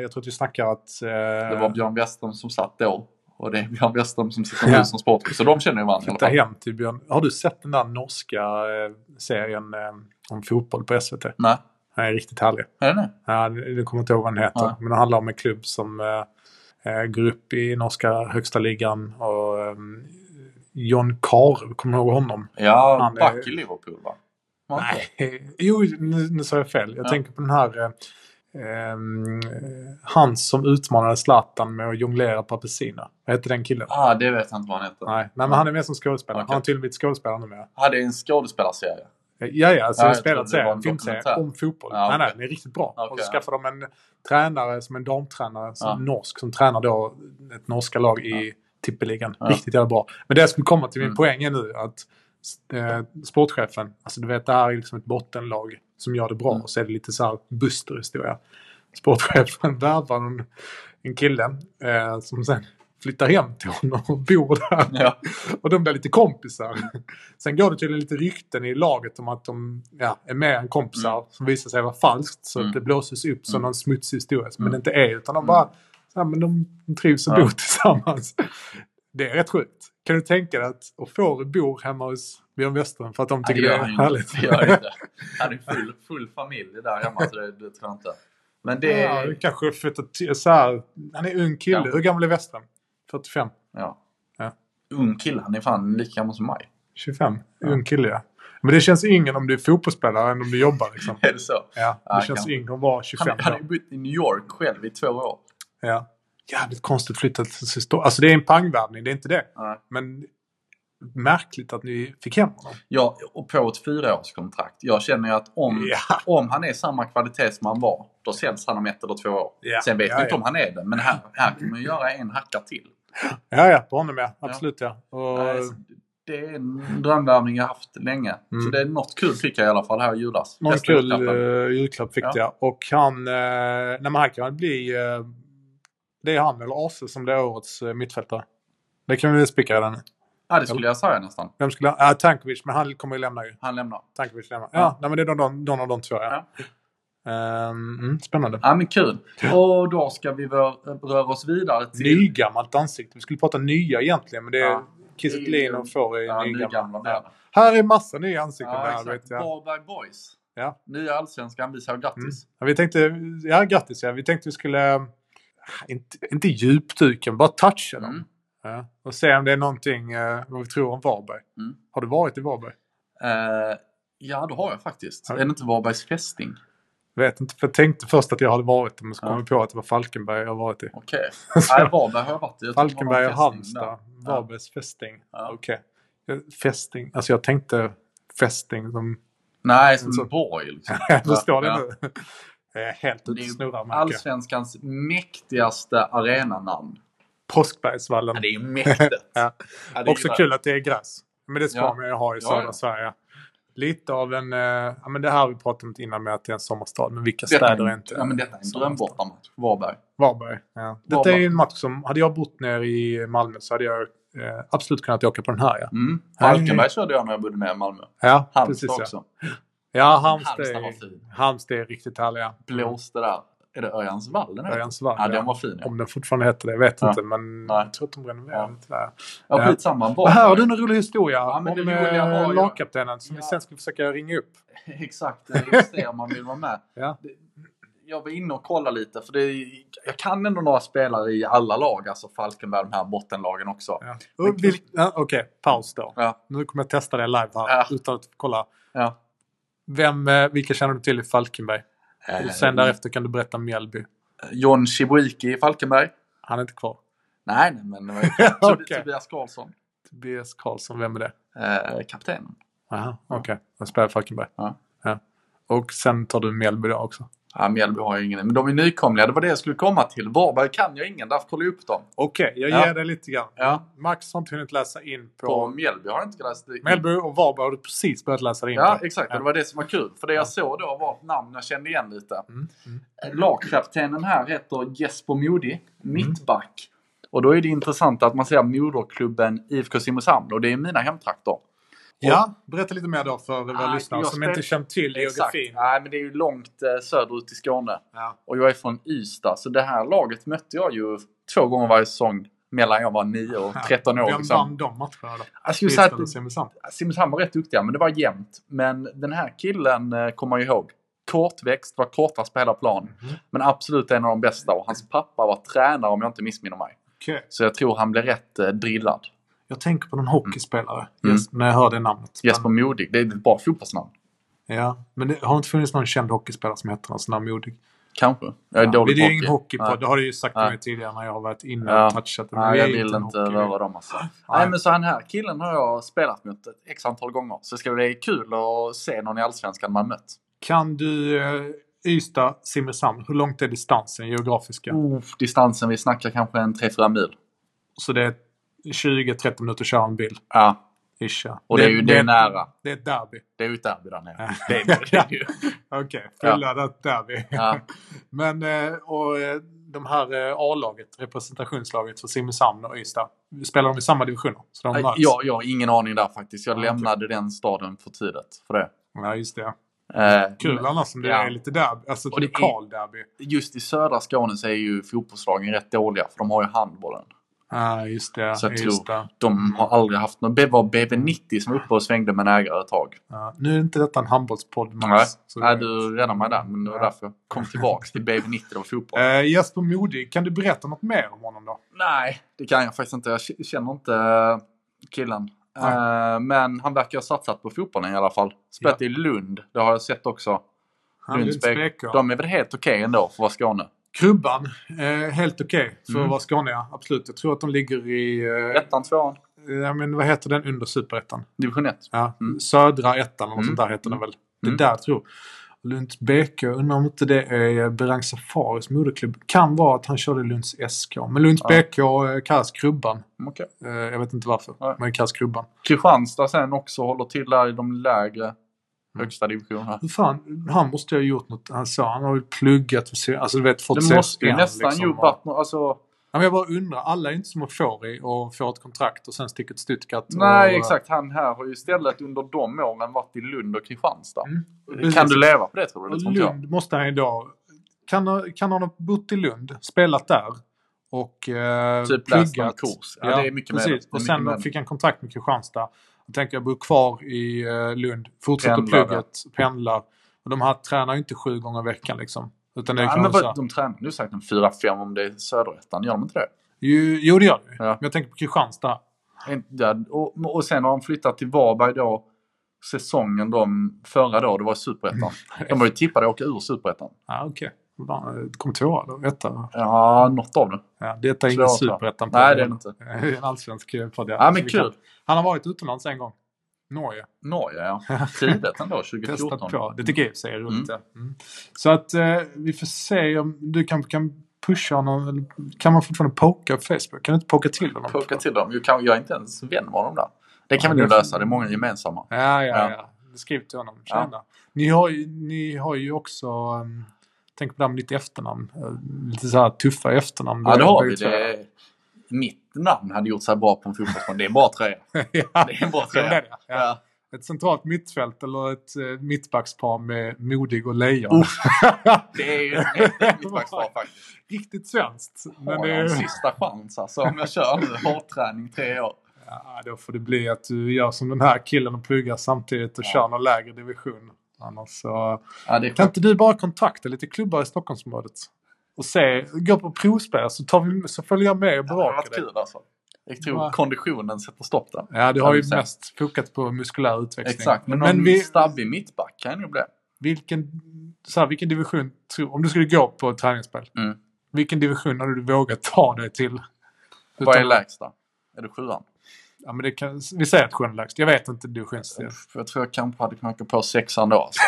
S1: jag tror att vi snackar att... Uh,
S2: det var Björn Westholm som satt då. Och det är Björn Westholm som sitter nu ja. som sportchef. Så de känner ju varandra
S1: Flytta hem till Björn. Har du sett den där norska eh, serien eh, om fotboll på SVT?
S2: Nej.
S1: Den är riktigt härlig.
S2: Är det
S1: Ja, du kommer inte ihåg vad den heter. Nej. Men den handlar om en klubb som eh, grupp i norska högsta ligan. Och, um, John Karev, kommer du ihåg honom?
S2: Ja, han back är... i Liverpool va?
S1: Man nej, jo nu, nu sa jag fel. Jag ja. tänker på den här um, han som utmanade Zlatan med att jonglera på apelsiner. Vad hette den killen?
S2: ah, det vet jag inte vad han heter.
S1: Nej, nej men han är med som skådespelare. Okay. Han är till och med skådespelare numera.
S2: Ja, det är en skådespelarserie.
S1: Ja, ja, alltså ja, en spelad serie, en filmserie om fotboll. Ja, okay. Nej, nej, den är riktigt bra. Okay, och så skaffar ja. de en tränare som en damtränare, som ja. norsk, som tränar då ett norska lag i tippeligan.
S2: Ja.
S1: Riktigt jävla bra. Men det jag skulle komma till min
S2: Mm.
S1: poäng är nu att eh, sportchefen, alltså du vet det här är liksom ett bottenlag som gör det bra
S2: Mm.
S1: och så är det lite så här Buster-historia. Sportchefen *laughs* värvar en, en kille eh, som sen flyttar hem till honom och bor där.
S2: Ja.
S1: Och de blir lite kompisar. *laughs* Sen går det tydligen lite rykten i laget om att de ja, är mer än kompisar som visar sig vara falskt. Så
S2: Mm.
S1: att det blåses upp som
S2: Mm.
S1: någon smutsig historia som
S2: Mm.
S1: det inte är. Utan de bara, ja, men de trivs och
S2: Ja.
S1: bor *laughs* tillsammans. Det är rätt sjukt. Kan du tänka dig att Ofori bor hemma hos Björn Westerholm för att de
S2: Nej,
S1: tycker
S2: det
S1: det
S2: gör
S1: är
S2: han ju
S1: härligt?
S2: inte. Det gör han ju inte. Han är full, full familj där hemma så det, det tror jag inte. Men det
S1: Ja,
S2: är...
S1: det kanske flyttat till- så här. Han är ung kille.
S2: Ja.
S1: Hur gammal är Westerholm? 45?
S2: Ja.
S1: Ja.
S2: Ung kille, han är fan lika gammal som mig. *laughs*
S1: 25?
S2: Ja.
S1: Ung kille ja. Men det känns yngre om du är fotbollsspelare än om du jobbar liksom.
S2: Är det så?
S1: Ja, det
S2: Ja,
S1: känns
S2: kanske.
S1: yngre att vara 25
S2: Han, han har
S1: då.
S2: ju bott i New York själv i två år.
S1: Ja. Jävligt konstigt flyttat till sin stor- Alltså det är en pangvärvning, det är inte det.
S2: Nej.
S1: Men märkligt att ni fick hem honom.
S2: Ja, och på ett fyraårskontrakt. Jag känner ju att om,
S1: Ja.
S2: om han är samma kvalitet som han var, då säljs han om ett eller två år.
S1: Ja.
S2: Sen vet
S1: Ja,
S2: jag inte
S1: ja.
S2: om han är det, men här, här kommer jag göra en hacka till.
S1: Ja, ja, på honom ja. Absolut ja. Och,
S2: Nej, så Det är en drömvärvning jag haft länge. Så
S1: Mm.
S2: det är något kul fick jag i alla fall här i julas.
S1: någon
S2: Bästa
S1: kul
S2: julklappen.
S1: eh, julklapp fick
S2: Ja.
S1: jag. Och han, eh, nej, men han kan väl bli, eh, det är han eller Ase som blir årets eh, mittfältare. Det kan vi väl spika redan nu.
S2: Ja, det skulle jag säga nästan.
S1: Vem skulle, ha- ja Tankovic, men han kommer ju lämna ju.
S2: Han lämnar.
S1: Tankovic lämnar. Ja,
S2: Ja.
S1: Nej, men det är någon, någon, någon av de två ja. Ehm, mm, spännande.
S2: Ja, men kul. Och då ska vi rö- röra oss vidare till...
S1: Nygammalt ansikte. Vi skulle prata nya egentligen, men det är
S2: Ja.
S1: Kiss Clean och får är
S2: Ja,
S1: nygamla.
S2: nygamla
S1: Ja.
S2: världen.
S1: Här är massa nya ansikten.
S2: Ja,
S1: där, vet
S2: exakt.
S1: jag.
S2: Varberg Boys.
S1: Ja.
S2: Nya allsvenskan. Vi säger grattis.
S1: Ja, vi tänkte, ja grattis ja. Vi tänkte vi skulle, äh, inte, inte djupdyka, men bara toucha dem.
S2: Mm.
S1: Ja. Och se om det är någonting, eh, vad vi tror om Varberg.
S2: Mm.
S1: Har du varit i Varberg?
S2: Eh, ja, det har jag faktiskt.
S1: Ja.
S2: Är det inte Varbergs fästing?
S1: Vet inte, för jag tänkte först att jag hade varit där, men så kom
S2: Ja.
S1: jag på att det var Falkenberg jag har varit i. *laughs*
S2: Okej. Nej, Varberg har jag varit i. Jag tror
S1: Falkenberg och
S2: det var en fästing
S1: Halmstad.
S2: Ja.
S1: Varbergs fästing.
S2: Ja.
S1: Okej. Fästing, alltså jag tänkte fästing som
S2: där. Nej, som
S1: Mm, Så-
S2: borg. Liksom.
S1: *laughs* Jag förstår
S2: Ja.
S1: det nu. Jag är helt
S2: Det
S1: ute
S2: är
S1: och
S2: ju
S1: snurrar Macke.
S2: Allsvenskans mäktigaste arenanamn.
S1: Påskbergsvallen.
S2: Ja, det är mäktigt.
S1: Ja.
S2: Ja, det är
S1: Också
S2: ju-
S1: kul att det är gräs. Men det ska
S2: Ja.
S1: man ju ha i
S2: Ja,
S1: södra
S2: ja.
S1: Sverige. Lite av en... eh, Ja, men det här har vi pratat om innan med att det är en sommarstad. Men vilka
S2: Detta
S1: städer
S2: är
S1: är
S2: en,
S1: inte
S2: ja, men detta är en
S1: sommarstad?
S2: drömbortamatch. Varberg.
S1: Varberg. Ja. Detta är ju en match som... Hade jag bott nere i Malmö så hade jag eh, absolut kunnat åka på den här. Ja,
S2: Mm.
S1: Nej.
S2: Falkenberg körde jag när jag bodde nere i Malmö.
S1: ja precis.
S2: Halmstad
S1: Ja,
S2: också.
S1: ja Halmstad,
S2: Halmstad var
S1: är,
S2: fin.
S1: Halmstad är riktigt härliga.
S2: Blåste där. Är det Örjansvall den heter?
S1: Örjansvall,
S2: Ja,
S1: ja.
S2: den var fin. Ja,
S1: Om den fortfarande heter det, jag vet
S2: Ja.
S1: inte. Men
S2: Nej.
S1: jag tror att de renoverade
S2: Ja.
S1: det tyvärr.
S2: ja
S1: Ja.
S2: skitsamma.
S1: Och här har
S2: Varberg.
S1: du en rolig historia
S2: men det
S1: om
S2: roliga var
S1: eh,
S2: ju-
S1: lagkaptenen som vi
S2: Ja.
S1: sen ska försöka ringa upp.
S2: *laughs* Exakt, det är om man vill vara med.
S1: Ja.
S2: Det- Jag var inne och kollade lite, för det är, jag kan ändå några spelare i alla lag, alltså Falkenberg, de här bottenlagen också.
S1: Ja. Och vil- ja, Okej, paus då.
S2: Ja,
S1: Nu kommer jag testa det live här
S2: Ja.
S1: utan att kolla.
S2: ja.
S1: Vem, eh, vilka känner du till i Falkenberg?
S2: Eh,
S1: Och sen därefter kan du berätta om Mjällby.
S2: John Chibuiki i Falkenberg.
S1: Han är inte kvar.
S2: Nej, nej, men det
S1: *laughs*
S2: var ju
S1: Okej.
S2: Tobias Karlsson.
S1: Tobias Karlsson, vem är det?
S2: Eh, kaptenen.
S1: Aha, okej. Han spelar i Falkenberg.
S2: Ja.
S1: Ja. Och sen tar du Mjällby då också.
S2: Ja, Mjällby har jag ingen, men de är nykomlingar. Det var det jag skulle komma till. Varberg kan jag ingen, därför kollade jag upp dem.
S1: Okej, jag
S2: Ja.
S1: ger dig lite grann.
S2: Ja.
S1: Max har inte hunnit läsa in på...
S2: På Mjällby har jag inte läst det.
S1: Mjällby och Varberg har du precis börjat läsa in
S2: Ja,
S1: på.
S2: exakt. Och
S1: Ja.
S2: det var det som var kul. För det jag såg då var ett namn jag kände igen lite. Eh,
S1: Mm, mm.
S2: Lagkaptenen här heter Jesper Modi,
S1: Mm.
S2: mittback. Och då är det intressant att man ser moderklubben IFK Simrishamn och det är mina hemtrakter.
S1: Ja, berätta lite mer då för våra
S2: Ah,
S1: lyssnare
S2: jag
S1: som
S2: spel-
S1: inte känt till geografin.
S2: Nej, men det är ju långt eh, söderut i Skåne.
S1: Ja.
S2: Och jag är från Ystad, så det här laget mötte jag ju två gånger varje säsong mellan jag var 9 och 13 år.
S1: Vem
S2: Liksom.
S1: vann de matcherna då?
S2: Jag skulle säga
S1: Ystad och
S2: att
S1: Simrishamn.
S2: Simrishamn var rätt duktiga, men det var jämnt. Men den här killen eh, kommer jag ihåg. Kortväxt, var kortast på hela plan.
S1: Mhm.
S2: Men absolut en av de bästa och hans pappa var tränare om jag inte missminner mig.
S1: Okej.
S2: Så jag tror han blev rätt eh, drillad.
S1: Jag tänker på någon hockeyspelare
S2: Mm.
S1: Jes- när jag hör det namnet.
S2: Jesper
S1: Men,
S2: Modig, det är ett bra fotbollsnamn.
S1: ja. Men det har inte funnits någon känd hockeyspelare som heter något sånt där modig?
S2: Kanske. Jag är
S1: Ja.
S2: dålig
S1: Men det är ju
S2: på
S1: ingen
S2: hockey.
S1: hockeypodd. Det har du ju sagt till
S2: Nej.
S1: mig tidigare när jag har varit inne
S2: Ja.
S1: och touchat det. Men
S2: Nej,
S1: vi är
S2: jag
S1: ju
S2: vill
S1: en
S2: inte
S1: hockey-
S2: röra dem alltså. Nej,
S1: Nej.
S2: men så han här killen har jag spelat mot ett x antal gånger. Så det ska bli kul att se någon i Allsvenskan man mött.
S1: Kan du eh, Ystad, Simrishamn, hur långt är distansen geografiska?
S2: Oh, distansen, vi snackar kanske en 3-4 mil.
S1: Så det är 20-30 minuter att köra en bil.
S2: Ja,
S1: Ish, ja.
S2: och det, är ju det är nära.
S1: Det är ett derby.
S2: Det är ju ett derby där nere.
S1: Ja.
S2: *laughs* Det är det är ju. *laughs*
S1: Okej, fulladdat derby.
S2: Ja.
S1: *laughs* Men eh, och eh, de här eh, A-laget, representationslaget för Simrishamn och Ystad, spelar de i samma divisioner? Så de
S2: Nej,
S1: möts?
S2: Jag, jag har ingen aning där faktiskt. Jag
S1: Ja,
S2: lämnade den staden för tidigt för det.
S1: Ja, just det.
S2: Eh,
S1: Kul annars om det
S2: Ja.
S1: är lite derby, alltså
S2: Och det är-
S1: lokalderby.
S2: Just i södra Skåne så är ju fotbollslagen rätt dåliga för de har ju handbollen.
S1: Ja, just det.
S2: Så jag
S1: just det.
S2: De har aldrig haft någon... Det var BB90 som var uppe och svängde med en ägare ett tag.
S1: Ja, nu är inte detta en handbollspodd,
S2: Nej,
S1: Max. så
S2: Nej
S1: det-
S2: du räddade mig där. Men det var
S1: Ja.
S2: därför jag kom tillbaks till BB90 och fotboll.
S1: Eh, Jesper Modig, kan du berätta något mer om honom då?
S2: Nej, det kan jag faktiskt inte. Jag k- känner inte eh, killen.
S1: Nej.
S2: Eh, Men han verkar ha satsat på fotbollen i alla fall. Spelat i Lund, det har jag sett också.
S1: Han är
S2: Lunds
S1: lite
S2: BK.
S1: spekare.
S2: De är väl helt okej ändå för att vara Skåne?
S1: Krubban, eh, helt okej för
S2: Mm.
S1: att vara skåniga. Absolut. Jag tror att de ligger i... Eh,
S2: Ettan, tvåan,
S1: ja, men vad heter den under superettan?
S2: division 1.
S1: Ja,
S2: Mm.
S1: Södra ettan eller något
S2: Mm.
S1: sånt där heter den väl. Det
S2: Mm.
S1: där tror jag. Lunds BK, jag undrar om inte det är Berang Safaris moderklubb. Kan vara att han körde Lunds SK. Men Lunds
S2: Ja.
S1: BK eh, kallas Krubban.
S2: Okay.
S1: Eh, jag vet inte varför,
S2: Nej.
S1: men det kallas Krubban.
S2: Mm, Kristianstad sen också håller till där i de lägre
S1: Mm.
S2: högsta divisionerna.
S1: Hur fan, han måste ju ha gjort något. Han sa, han har ju pluggat. för sig- Alltså du vet, fått
S2: Det måste ju
S1: CSN,
S2: nästan
S1: liksom,
S2: ju
S1: och-
S2: varit nå- alltså,
S1: Ja, men jag bara undrar, alla är inte som Ofori och får ett kontrakt och sen sticker till Stuttgart.
S2: Nej,
S1: och, eh,
S2: exakt. Han här har ju istället under de åren varit i Lund och Kristianstad.
S1: Mm.
S2: Kan
S1: Precis.
S2: du leva på det tror du?
S1: Och
S2: Det tror inte jag.
S1: Lund måste han ju då... Kan, ha- kan han ha bott i Lund, spelat där och eh,
S2: Typ läst någon
S1: pluggat?
S2: kurs. Ja, det är mycket
S1: precis.
S2: möjligt. Det är
S1: Och
S2: mycket
S1: sen
S2: möjligt.
S1: fick han kontrakt med Kristianstad. Jag tänker jag bor kvar i eh, Lund, fortsätter
S2: Pendlar,
S1: plugget, pendlar. Och de här tränar ju inte sju gånger i veckan liksom. Utan det är
S2: Ja, men
S1: kanske så
S2: vad,
S1: här-
S2: de tränar nu säkert en 4-5 om det är söderettan, gör de inte det?
S1: Jo, jo, det gör det ju.
S2: Ja.
S1: Men jag tänker på Kristianstad.
S2: Inte där. Och, och sen har de flyttat till Varberg då, säsongen de förra då, det var i Superettan.
S1: Mm.
S2: De var ju tippade att åka ur Superettan.
S1: Ja, okej. Okay. Kom tvåa då, etta.
S2: Ja, något av det.
S1: Ja, detta är
S2: Så
S1: ingen
S2: jag tar.
S1: superettan
S2: Nej, det är det inte.
S1: *laughs* Det är en allsvensk eh, podd.
S2: Ja, men
S1: Så Alltså, vi kan-
S2: kul.
S1: Han har varit utomlands en gång. Norge.
S2: Norge, ja. Tidigt
S1: *laughs*
S2: ändå,
S1: Testat
S2: 2014.
S1: på. Det tycker jag i och för sig är roligt. ja. Mm. Så att eh, vi får se om du kan, kan pusha honom. eller Kan man fortfarande poka på Facebook? Kan du inte poka till honom?
S2: Pucka till dem. Jag, kan, jag är inte ens vän med dem där. Det kan
S1: Ja,
S2: vi nog
S1: det-
S2: lösa, det är många gemensamma.
S1: Ja, ja,
S2: Ja.
S1: ja. Skriv till honom. Tjena. Ni, har ju, ni har ju också... ehm, Tänk på det här med ditt efternamn. Eh, Lite så här tuffa efternamn.
S2: Ja, det har vi.
S1: Bägge två.
S2: Det är... Mitt namn hade gjort sig bra på en fotbollsplan. Det är en bra tröja.
S1: *laughs* ja,
S2: Det är en bra
S1: det är
S2: tröja.
S1: det. Ja.
S2: Ja.
S1: Ett centralt mittfält eller ett eh, mittbackspar med Modig och Lejon.
S2: Oh. Det är ju ett mittbackspar faktiskt.
S1: *laughs* Riktigt svenskt. Men
S2: har
S1: det,
S2: jag en sista chans alltså om jag kör nu hårdträning tre år.
S1: ja, då får det bli att du gör som den här killen och pluggar samtidigt och kör någon lägre division. Annars så...
S2: Ja, det är
S1: Kan
S2: skönt.
S1: inte du bara kontakta lite klubbar i Stockholmsområdet? Och se, gå på provspel så, tar vi, så följer jag med och
S2: Det har
S1: bevakar
S2: varit
S1: dig.
S2: kul alltså. Jag
S1: Ja.
S2: tror konditionen sätter stopp där.
S1: Ja, du har ju
S2: Kan vi säga.
S1: mest fokat på muskulär utväxling.
S2: Exakt, men,
S1: Men
S2: någon
S1: vi-
S2: stabbig mittback kan ju bli.
S1: Vilken, så här, vilken division, tror- om du skulle gå på ett träningsspel,
S2: Mm.
S1: vilken division hade du vågat ta dig till?
S2: Vad är
S1: Utan-
S2: lägsta? Är det sjuan?
S1: Ja, men det kan, vi säger att sjön är lägst. Jag vet inte divisionsserien.
S2: Uff, Jag tror jag kanske hade kunnat gå på sexan då
S1: *laughs*
S2: alltså.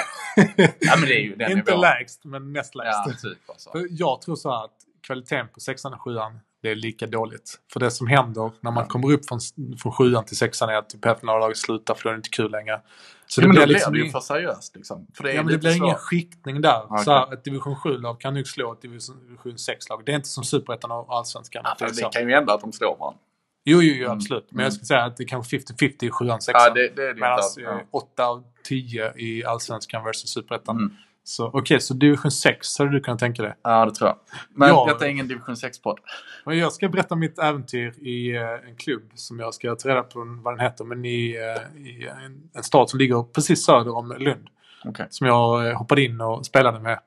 S2: ja, men det är ju den
S1: Inte
S2: nivån.
S1: lägst, men näst lägst.
S2: Ja, typ alltså.
S1: För Jag tror så här att kvaliteten på sexan och sjuan, det är lika dåligt. För det som händer när man
S2: Ja.
S1: kommer upp från, från sjuan till sexan är att typ hälften av laget slutar för då är det inte kul längre. Så
S2: Ja, men
S1: det blir
S2: då blir
S1: liksom
S2: det ju
S1: ing-
S2: för seriöst liksom. För det är
S1: Ja, men det
S2: lite
S1: blir ingen
S2: så.
S1: skiktning där.
S2: Ja,
S1: Så här,
S2: okej.
S1: ett division 7-lag kan nog slå ett division 6-lag. Det är inte som superettan och allsvenskan.
S2: Ja, alltså.
S1: att det är så.
S2: för det kan ju hända att de slår varandra.
S1: Jo, jo, jo
S2: Mm.
S1: absolut. Men
S2: Mm.
S1: jag skulle säga att det är kanske 50-50 i sjuan, sexan.
S2: Ja, det, det är det ju
S1: Medan
S2: inte.
S1: eh,
S2: alls.
S1: 8 av 10 i Allsvenskan versus Superettan.
S2: Mm.
S1: Så okej, så division 6 hade du kunnat tänka dig.
S2: Ja, det tror jag. Men
S1: Ja.
S2: detta är ingen division 6-podd.
S1: Men jag ska berätta mitt äventyr i eh, en klubb som jag ska ta reda på vad den heter. Men i, eh, i en, en stad som ligger precis söder om Lund.
S2: Okej.
S1: Som jag eh, hoppade in och spelade med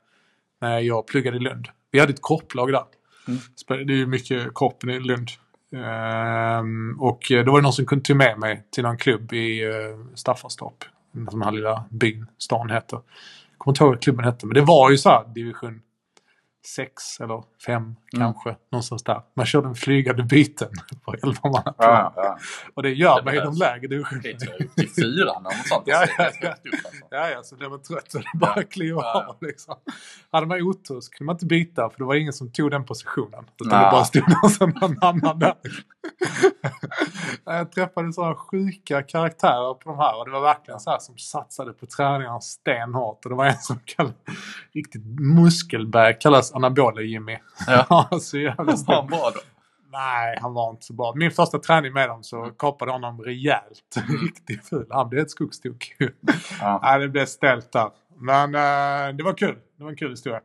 S1: när jag pluggade i Lund. Vi hade ett korplag där.
S2: Mm.
S1: Spel- Det är ju mycket korpen i Lund. Ehm, och eh, då var det någon som kunde ta med mig till någon klubb i uh, Staffanstorp. Som den här lilla byn, stan heter. Jag kommer inte ihåg vad klubben hette, men det var ju så här division 6 eller 5
S2: Mm.
S1: kanske. Någonstans där. Man körde en flygande byten *laughs* på 11 man.
S2: Ja, ja.
S1: Och det gör
S2: Det
S1: man i de
S2: behövs.
S1: lägre
S2: Det är
S1: divisionerna.
S2: tror jag upp till fyran eller något sånt.
S1: Ja,
S2: Alltså, det är
S1: ja, ja.
S2: rätt högt upp, alltså.
S1: Ja, ja, så blev man trött så det bara
S2: Ja.
S1: klev
S2: Ja, ja.
S1: av. Liksom. Hade man otur så kunde man inte byta för det var ingen som tog den positionen. Utan
S2: Nej.
S1: det bara stod någon, som någon annan där. *laughs* jag träffade sådana sjuka karaktärer på de här och det var verkligen så här som satsade på träningen stenhårt. Och det var en som kallades, riktigt muskelberg, kallas anabola Jimmy. *laughs*
S2: Ja.
S1: så jävla
S2: Vad var
S1: stor.
S2: han bra då?
S1: Nej, han var inte så bra. Min första träning med dem så kapade honom rejält. *laughs* Riktigt ful. Han blev ett skogstokig.
S2: Ja.
S1: Nej, det blev ställt där. Men eh, det var kul. Det var en kul historia.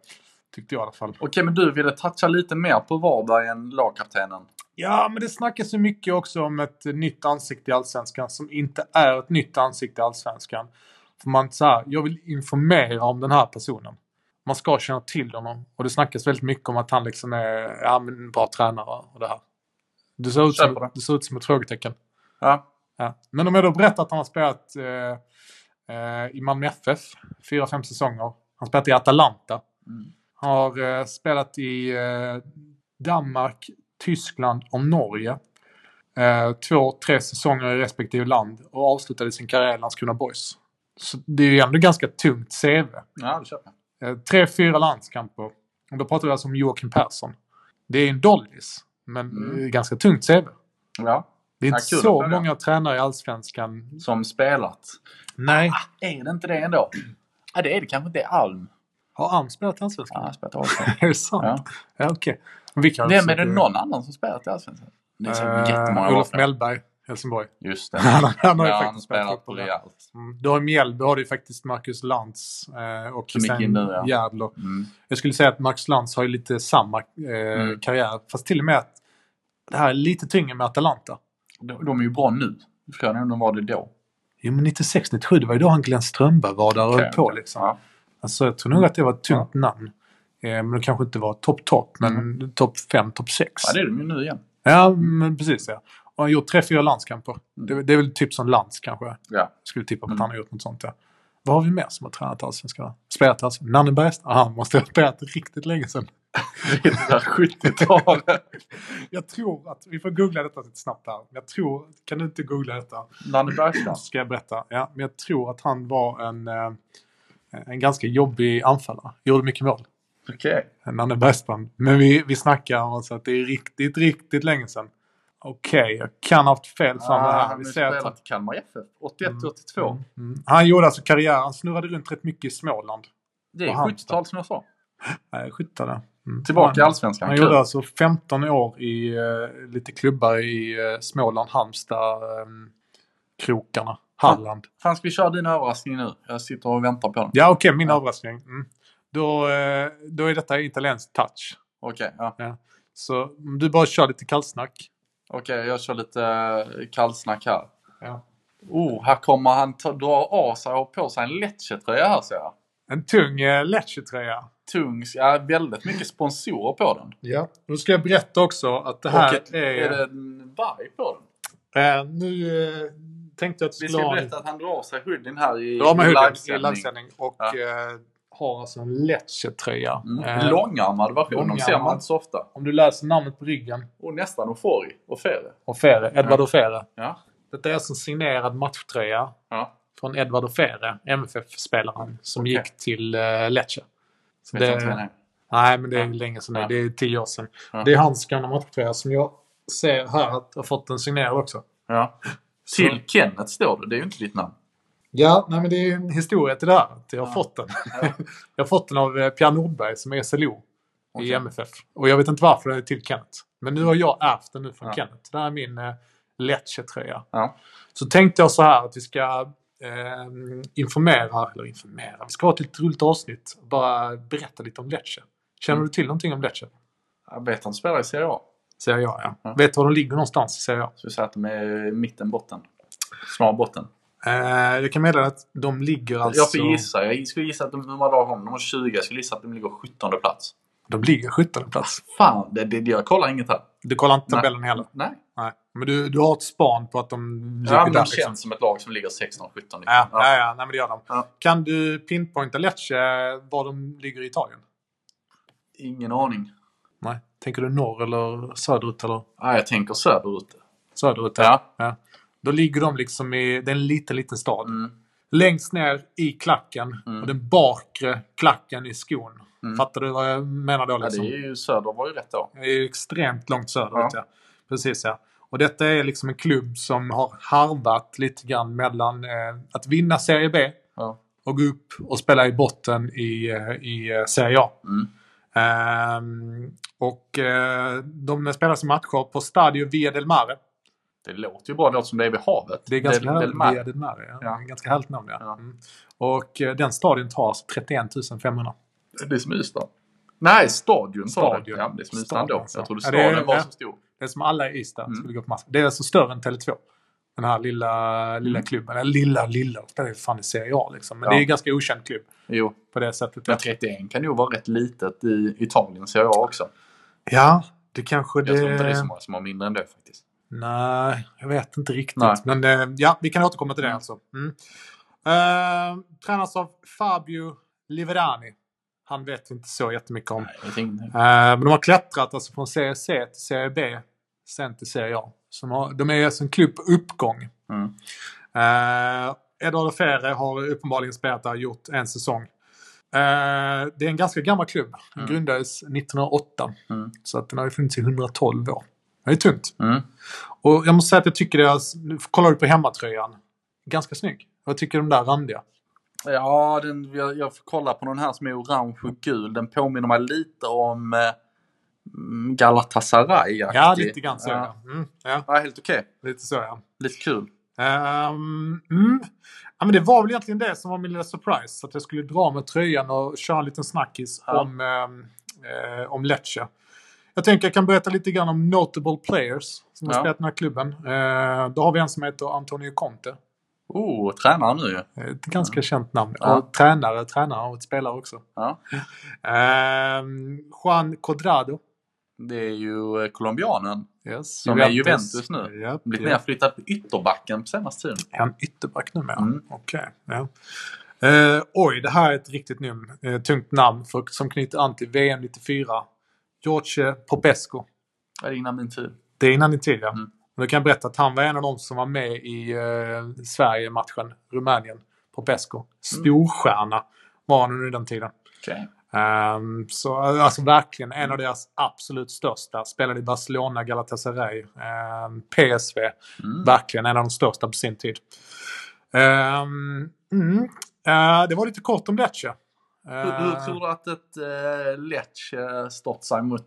S1: Tyckte jag i alla fall.
S2: Okej, men du ville toucha lite mer på Varberg än lagkaptenen.
S1: Ja, men det snackas ju mycket också om ett nytt ansikte i Allsvenskan som inte är ett nytt ansikte i Allsvenskan. För man så här, jag vill informera om den här personen. Man ska känna till honom. Och det snackas väldigt mycket om att han liksom är ja, men en bra tränare och det här. Du ser ut
S2: Köper
S1: som,
S2: det.
S1: du ser ut som ett frågetecken.
S2: Ja.
S1: Ja. Men om jag då berättar att han har spelat eh, eh, i Malmö FF fyra, fem säsonger. Han spelat i Atalanta.
S2: Mm.
S1: Har eh, spelat i eh, Danmark, Tyskland och Norge. Eh, två, tre säsonger i respektive land och avslutade sin karriär i Landskrona Boys. Så det är ju ändå ganska tungt CV.
S2: Ja, det köper jag.
S1: Eh, tre, fyra landskamper. Och då pratar vi alltså om Joakim Persson. Det är en doldis, men
S2: Mm.
S1: eh, ganska tungt CV.
S2: Ja.
S1: Det är inte
S2: Ja, kul att
S1: så
S2: följa.
S1: många tränare i Allsvenskan.
S2: Som spelat.
S1: Nej.
S2: Är det inte det ändå? Ja, det är det kanske inte. Det är Alm.
S1: Har Alm spelat i
S2: Ja,
S1: Allsvenskan?
S2: han har spelat i Allsvenskan.
S1: Är det sant?
S2: Ja.
S1: Ja, okej. Men vi kan
S2: Vem
S1: också-
S2: är det någon annan som spelat i Allsvenskan? Det är så
S1: Eh,
S2: jättemånga år
S1: Olof
S2: sedan.
S1: Mellberg,
S2: *laughs*
S1: Helsingborg.
S2: Just det.
S1: Han, har ju
S2: Ja, han har
S1: faktiskt
S2: spelat på
S1: fotboll där.
S2: rejält.
S1: Mm. Du har i Mjällby har du ju faktiskt Marcus Lantz eh, och
S2: Som gick in nu, ja.
S1: Järdler.
S2: Mm.
S1: Jag skulle säga att Marcus Lantz har ju lite samma eh,
S2: Mm.
S1: karriär. Fast till och med att det här är lite tyngre med Atalanta.
S2: De, de är ju bra nu. Frågan är om de var det då.
S1: Jo, men 96-97, det var ju då han Glenn Strömberg var där och
S2: Okej,
S1: höll på.
S2: okej.
S1: Liksom.
S2: Ja.
S1: Alltså, jag tror nog att det var ett tungt namn. Eh, men det kanske inte var topp, topp, men topp 5, topp 6.
S2: Mm. ja, det är de ju nu igen.
S1: Ja, men precis. Ja. Och han har gjort tre, fyra landskamper. Det, det är väl typ som lands kanske. Jag
S2: Ja. *laughs*
S1: skulle tippa på att
S2: Mm.
S1: han har gjort något sånt. Ja. Vad har vi mer som har tränat allsvenskan? Spelat allsvenskan? Nanne Bergstrand? Ah, han måste ha spelat riktigt länge sedan.
S2: Det är det där 70-talet. *laughs*
S1: Jag tror att, vi får googla detta lite snabbt här. Jag tror, kan du inte googla detta?
S2: Nanne Bergstrand.
S1: Ska jag berätta? Ja, men jag tror att han var en, eh, en ganska jobbig anfallare. Gjorde mycket mål.
S2: Okej.
S1: Nanne Bergstrand. Men vi, vi snackar om alltså att det är riktigt, riktigt länge sedan. Okej, jag kan ha haft fel för mig
S2: Ah,
S1: här.
S2: han
S1: Vi
S2: har
S1: säger att
S2: spelat i Kalmar FF. 81-82.
S1: Mm. Mm. Han gjorde alltså karriär, han snurrade runt rätt mycket i Småland.
S2: Det är
S1: Och Halmstad.
S2: 70-tal som jag sa.
S1: Nej, skyttade. Mm.
S2: Tillbaka i
S1: han,
S2: Allsvenskan.
S1: han
S2: Kul.
S1: gjorde alltså 15 år i eh, lite klubbar i eh, Småland, Halmstad, eh, krokarna, Halland.
S2: Fan, ska vi köra din överraskning nu? Jag sitter och väntar på den.
S1: Ja, okej, min överraskning. Mm. Då, eh, då är detta italiensk touch.
S2: Okej, ja.
S1: Så om du bara kör lite kallsnack.
S2: Okej, jag kör lite eh, kallsnack här.
S1: Ja.
S2: Oh, här kommer han ta, dra av sig och ha på sig en Lecce-tröja här ser jag.
S1: En tung eh, Lecce-tröja.
S2: Tung, ja väldigt mycket sponsorer på den.
S1: Ja. Då ska jag berätta också att det
S2: och
S1: här
S2: ett,
S1: är...
S2: är det en varg på den?
S1: eh, nu eh, tänkte jag att du skulle
S2: Vi ska
S1: ha en
S2: berätta att han drar av sig hoodien här i,
S1: Då har man
S2: i
S1: huden i
S2: livesändning.
S1: livesändning och eh, har alltså en Lecce-tröja.
S2: Mm.
S1: Eh,
S2: Långärmad version, de ser man
S1: långärmad.
S2: inte så ofta.
S1: om du läser namnet på ryggen,
S2: Och nästan Ofori och Fere.
S1: Ofere, Edvard Ofere.
S2: Ja.
S1: Detta är alltså en signerad matchtröja
S2: ja.
S1: från Edvard Ofere, MFF-spelaren, som
S2: Okej.
S1: gick till eh, Lecce. Så
S2: Vet jag inte vem
S1: det,
S2: det är.
S1: nej, men det är
S2: Ja.
S1: länge sedan nu.
S2: Ja.
S1: Det är tio år sedan.
S2: Ja.
S1: Det är hans gamla matchtröja som jag ser här att jag har fått den signerad också.
S2: Ja. Till Kenneth står det, det är ju inte ditt namn.
S1: Ja, nej, men det är ju en historia till det här. Att jag har
S2: Ja.
S1: fått den.
S2: Ja.
S1: *laughs* jag har fått den av eh, Pia Nordberg som är SLO. i
S2: Okej.
S1: MFF. Och jag vet inte varför den är till Kenneth. Men nu har jag ärvt den nu från
S2: Ja.
S1: Kenneth. Det här är min eh, Lecce-tröja.
S2: Ja.
S1: Så tänkte jag så här att vi ska eh, informera, eller informera, vi ska ha ett lite roligt avsnitt. Bara berätta lite om Lecce. Känner
S2: Mm.
S1: du till någonting om Lecce?
S2: Jag vet att de spelar i Serie A.
S1: Säger jag ja.
S2: Ja.
S1: Vet du var de ligger någonstans? Säger jag.
S2: Så vi säger att de är i mitten, botten. Smal botten.
S1: Eh, jag kan meddela att de ligger alltså...
S2: Jag får gissa. Jag skulle gissa att de, hur många dagar har de? De har 20. Jag skulle gissa att de ligger 17 plats.
S1: De ligger 17 plats.
S2: Fan, det, det, jag kollar inget här.
S1: Du kollar inte
S2: Nej.
S1: tabellen heller?
S2: Nej.
S1: Nej. Men du, du har ett span på att de ligger
S2: Ja,
S1: där?
S2: men de känns
S1: liksom.
S2: som ett lag som ligger 16, 17, 19.
S1: Ja, ja, ja, nej, men det gör de.
S2: Ja.
S1: Kan du pinpointa Lecce var de ligger i Italien?
S2: Ingen aning.
S1: Nej. Tänker du norr eller söderut? Eller?
S2: Ah, jag tänker söderut.
S1: Söderut, ja.
S2: Ja.
S1: ja. Då ligger de liksom i det är en liten, liten stad.
S2: Mm.
S1: Längst ner i klacken
S2: Mm.
S1: och den bakre klacken i skon.
S2: Mm.
S1: Fattar du vad jag menar då?
S2: ja det
S1: Liksom?
S2: är ju söder var ju rätt då.
S1: det är ju extremt långt söderut, ja. Precis, ja. Och detta är liksom en klubb som har harvat lite grann mellan eh, att vinna Serie B
S2: Ja.
S1: och gå upp och spela i botten i, eh, i eh, Serie A.
S2: Mm.
S1: Ehm, och eh, de spelar sina matcher på Stadio Via del Mare.
S2: Det låter ju bra. Det låter som det är vid havet.
S1: Det är ganska
S2: Del- Del
S1: härligt.
S2: Mar.
S1: Via del Mare, ja.
S2: Ja.
S1: Ganska härligt namn, ja.
S2: Ja.
S1: Mm. Och eh, den stadion tar alltså 31 500.
S2: Det är som Ystad. Nej, stadion sa du.
S1: Stadion.
S2: Ja, det är som Ystad
S1: Stadion,
S2: ändå.
S1: sa
S2: Jag
S1: jag.
S2: trodde
S1: Ja, det är-
S2: staden var
S1: ja.
S2: så stor.
S1: Det är som alla i Ystad
S2: Mm.
S1: skulle gå på match. Det är alltså större än Tele2. Den här lilla, lilla klubben. Eller lilla, lilla. De spelar ju fan i Serie A liksom. Men
S2: Mm.
S1: det
S2: Ja.
S1: är ju en ganska okänd klubb
S2: Jo,
S1: på det sättet.
S2: men 31 kan nog vara rätt litet i Italien ser jag också.
S1: Ja, det kanske det...
S2: Jag tror inte det är så många som har mindre än det faktiskt.
S1: Nej, jag vet inte riktigt.
S2: Nej.
S1: Men eh, ja, vi kan återkomma till det
S2: Mm.
S1: alltså. Mm. Eh, tränas av Fabio Liverani. Han vet vi inte så jättemycket om.
S2: Nej, jag tänkte,
S1: Eh, men de har klättrat alltså från Serie C till Serie B, sen till Serie A. Så de, har, de är alltså en klubb på uppgång.
S2: Mm.
S1: Eh, Eduardo Ferre har uppenbarligen spelat där, gjort en säsong. Eh, det är en ganska gammal klubb. Den
S2: Mm.
S1: grundades 1908.
S2: Mm.
S1: Så att den har ju funnits i 112 år. Det är tungt.
S2: mm.
S1: Och jag måste säga att jag tycker deras, nu kollar du på hemmatröjan, ganska snygg. Jag tycker de där randiga.
S2: Ja, den, jag, jag får kolla på den här som är orange och gul. Den påminner mig lite om eh, mm, Galatasaray.
S1: Ja, lite grann så. Ja. Mm, ja,
S2: Ja, helt okej.
S1: lite så ja.
S2: Lite kul.
S1: Ehm, mm. ja men det var väl egentligen det som var min lilla surprise. så Att jag skulle dra med tröjan och köra en liten snackis
S2: Ja.
S1: om, ehm, eh, om Lecce. Jag tänker jag kan berätta lite grann om notable players som har
S2: Ja.
S1: spelat i den här klubben. Eh, då har vi en som heter Antonio Conte.
S2: Oh, tränare nu ju.
S1: Ett ganska känt namn.
S2: Mm. Ja.
S1: Och tränare, tränare och ett spelare också.
S2: Ja.
S1: Ehm, Juan Codrado.
S2: Det är ju eh, colombianen.
S1: Yes.
S2: Som är Juventus nu.
S1: Japp,
S2: Blivit
S1: japp.
S2: nerflyttad på ytterbacken på senaste tiden.
S1: Är han ytterback numera?
S2: Mm.
S1: Okej. ja. Eh, oj, det här är ett riktigt num, eh, tungt namn för, som knyter an till VM 94. George Popesco.
S2: Det är innan min tid.
S1: Det är innan din tid, ja.
S2: Mm.
S1: Men jag kan berätta att han var en av de som var med i eh, Sverige-matchen, Rumänien.
S2: Mm.
S1: Popesco. Storstjärna var han under den tiden.
S2: Okej.
S1: Ehm, så eh, alltså verkligen en av deras absolut största. Spelade i Barcelona, Galatasaray, ehm, PSV.
S2: Mm.
S1: Verkligen en av de största på sin tid. Ehm, mm. Eh, det var lite kort om Lecce.
S2: Hur, hur
S1: Eh,
S2: tror du att ett eh, Lecce stått sig mot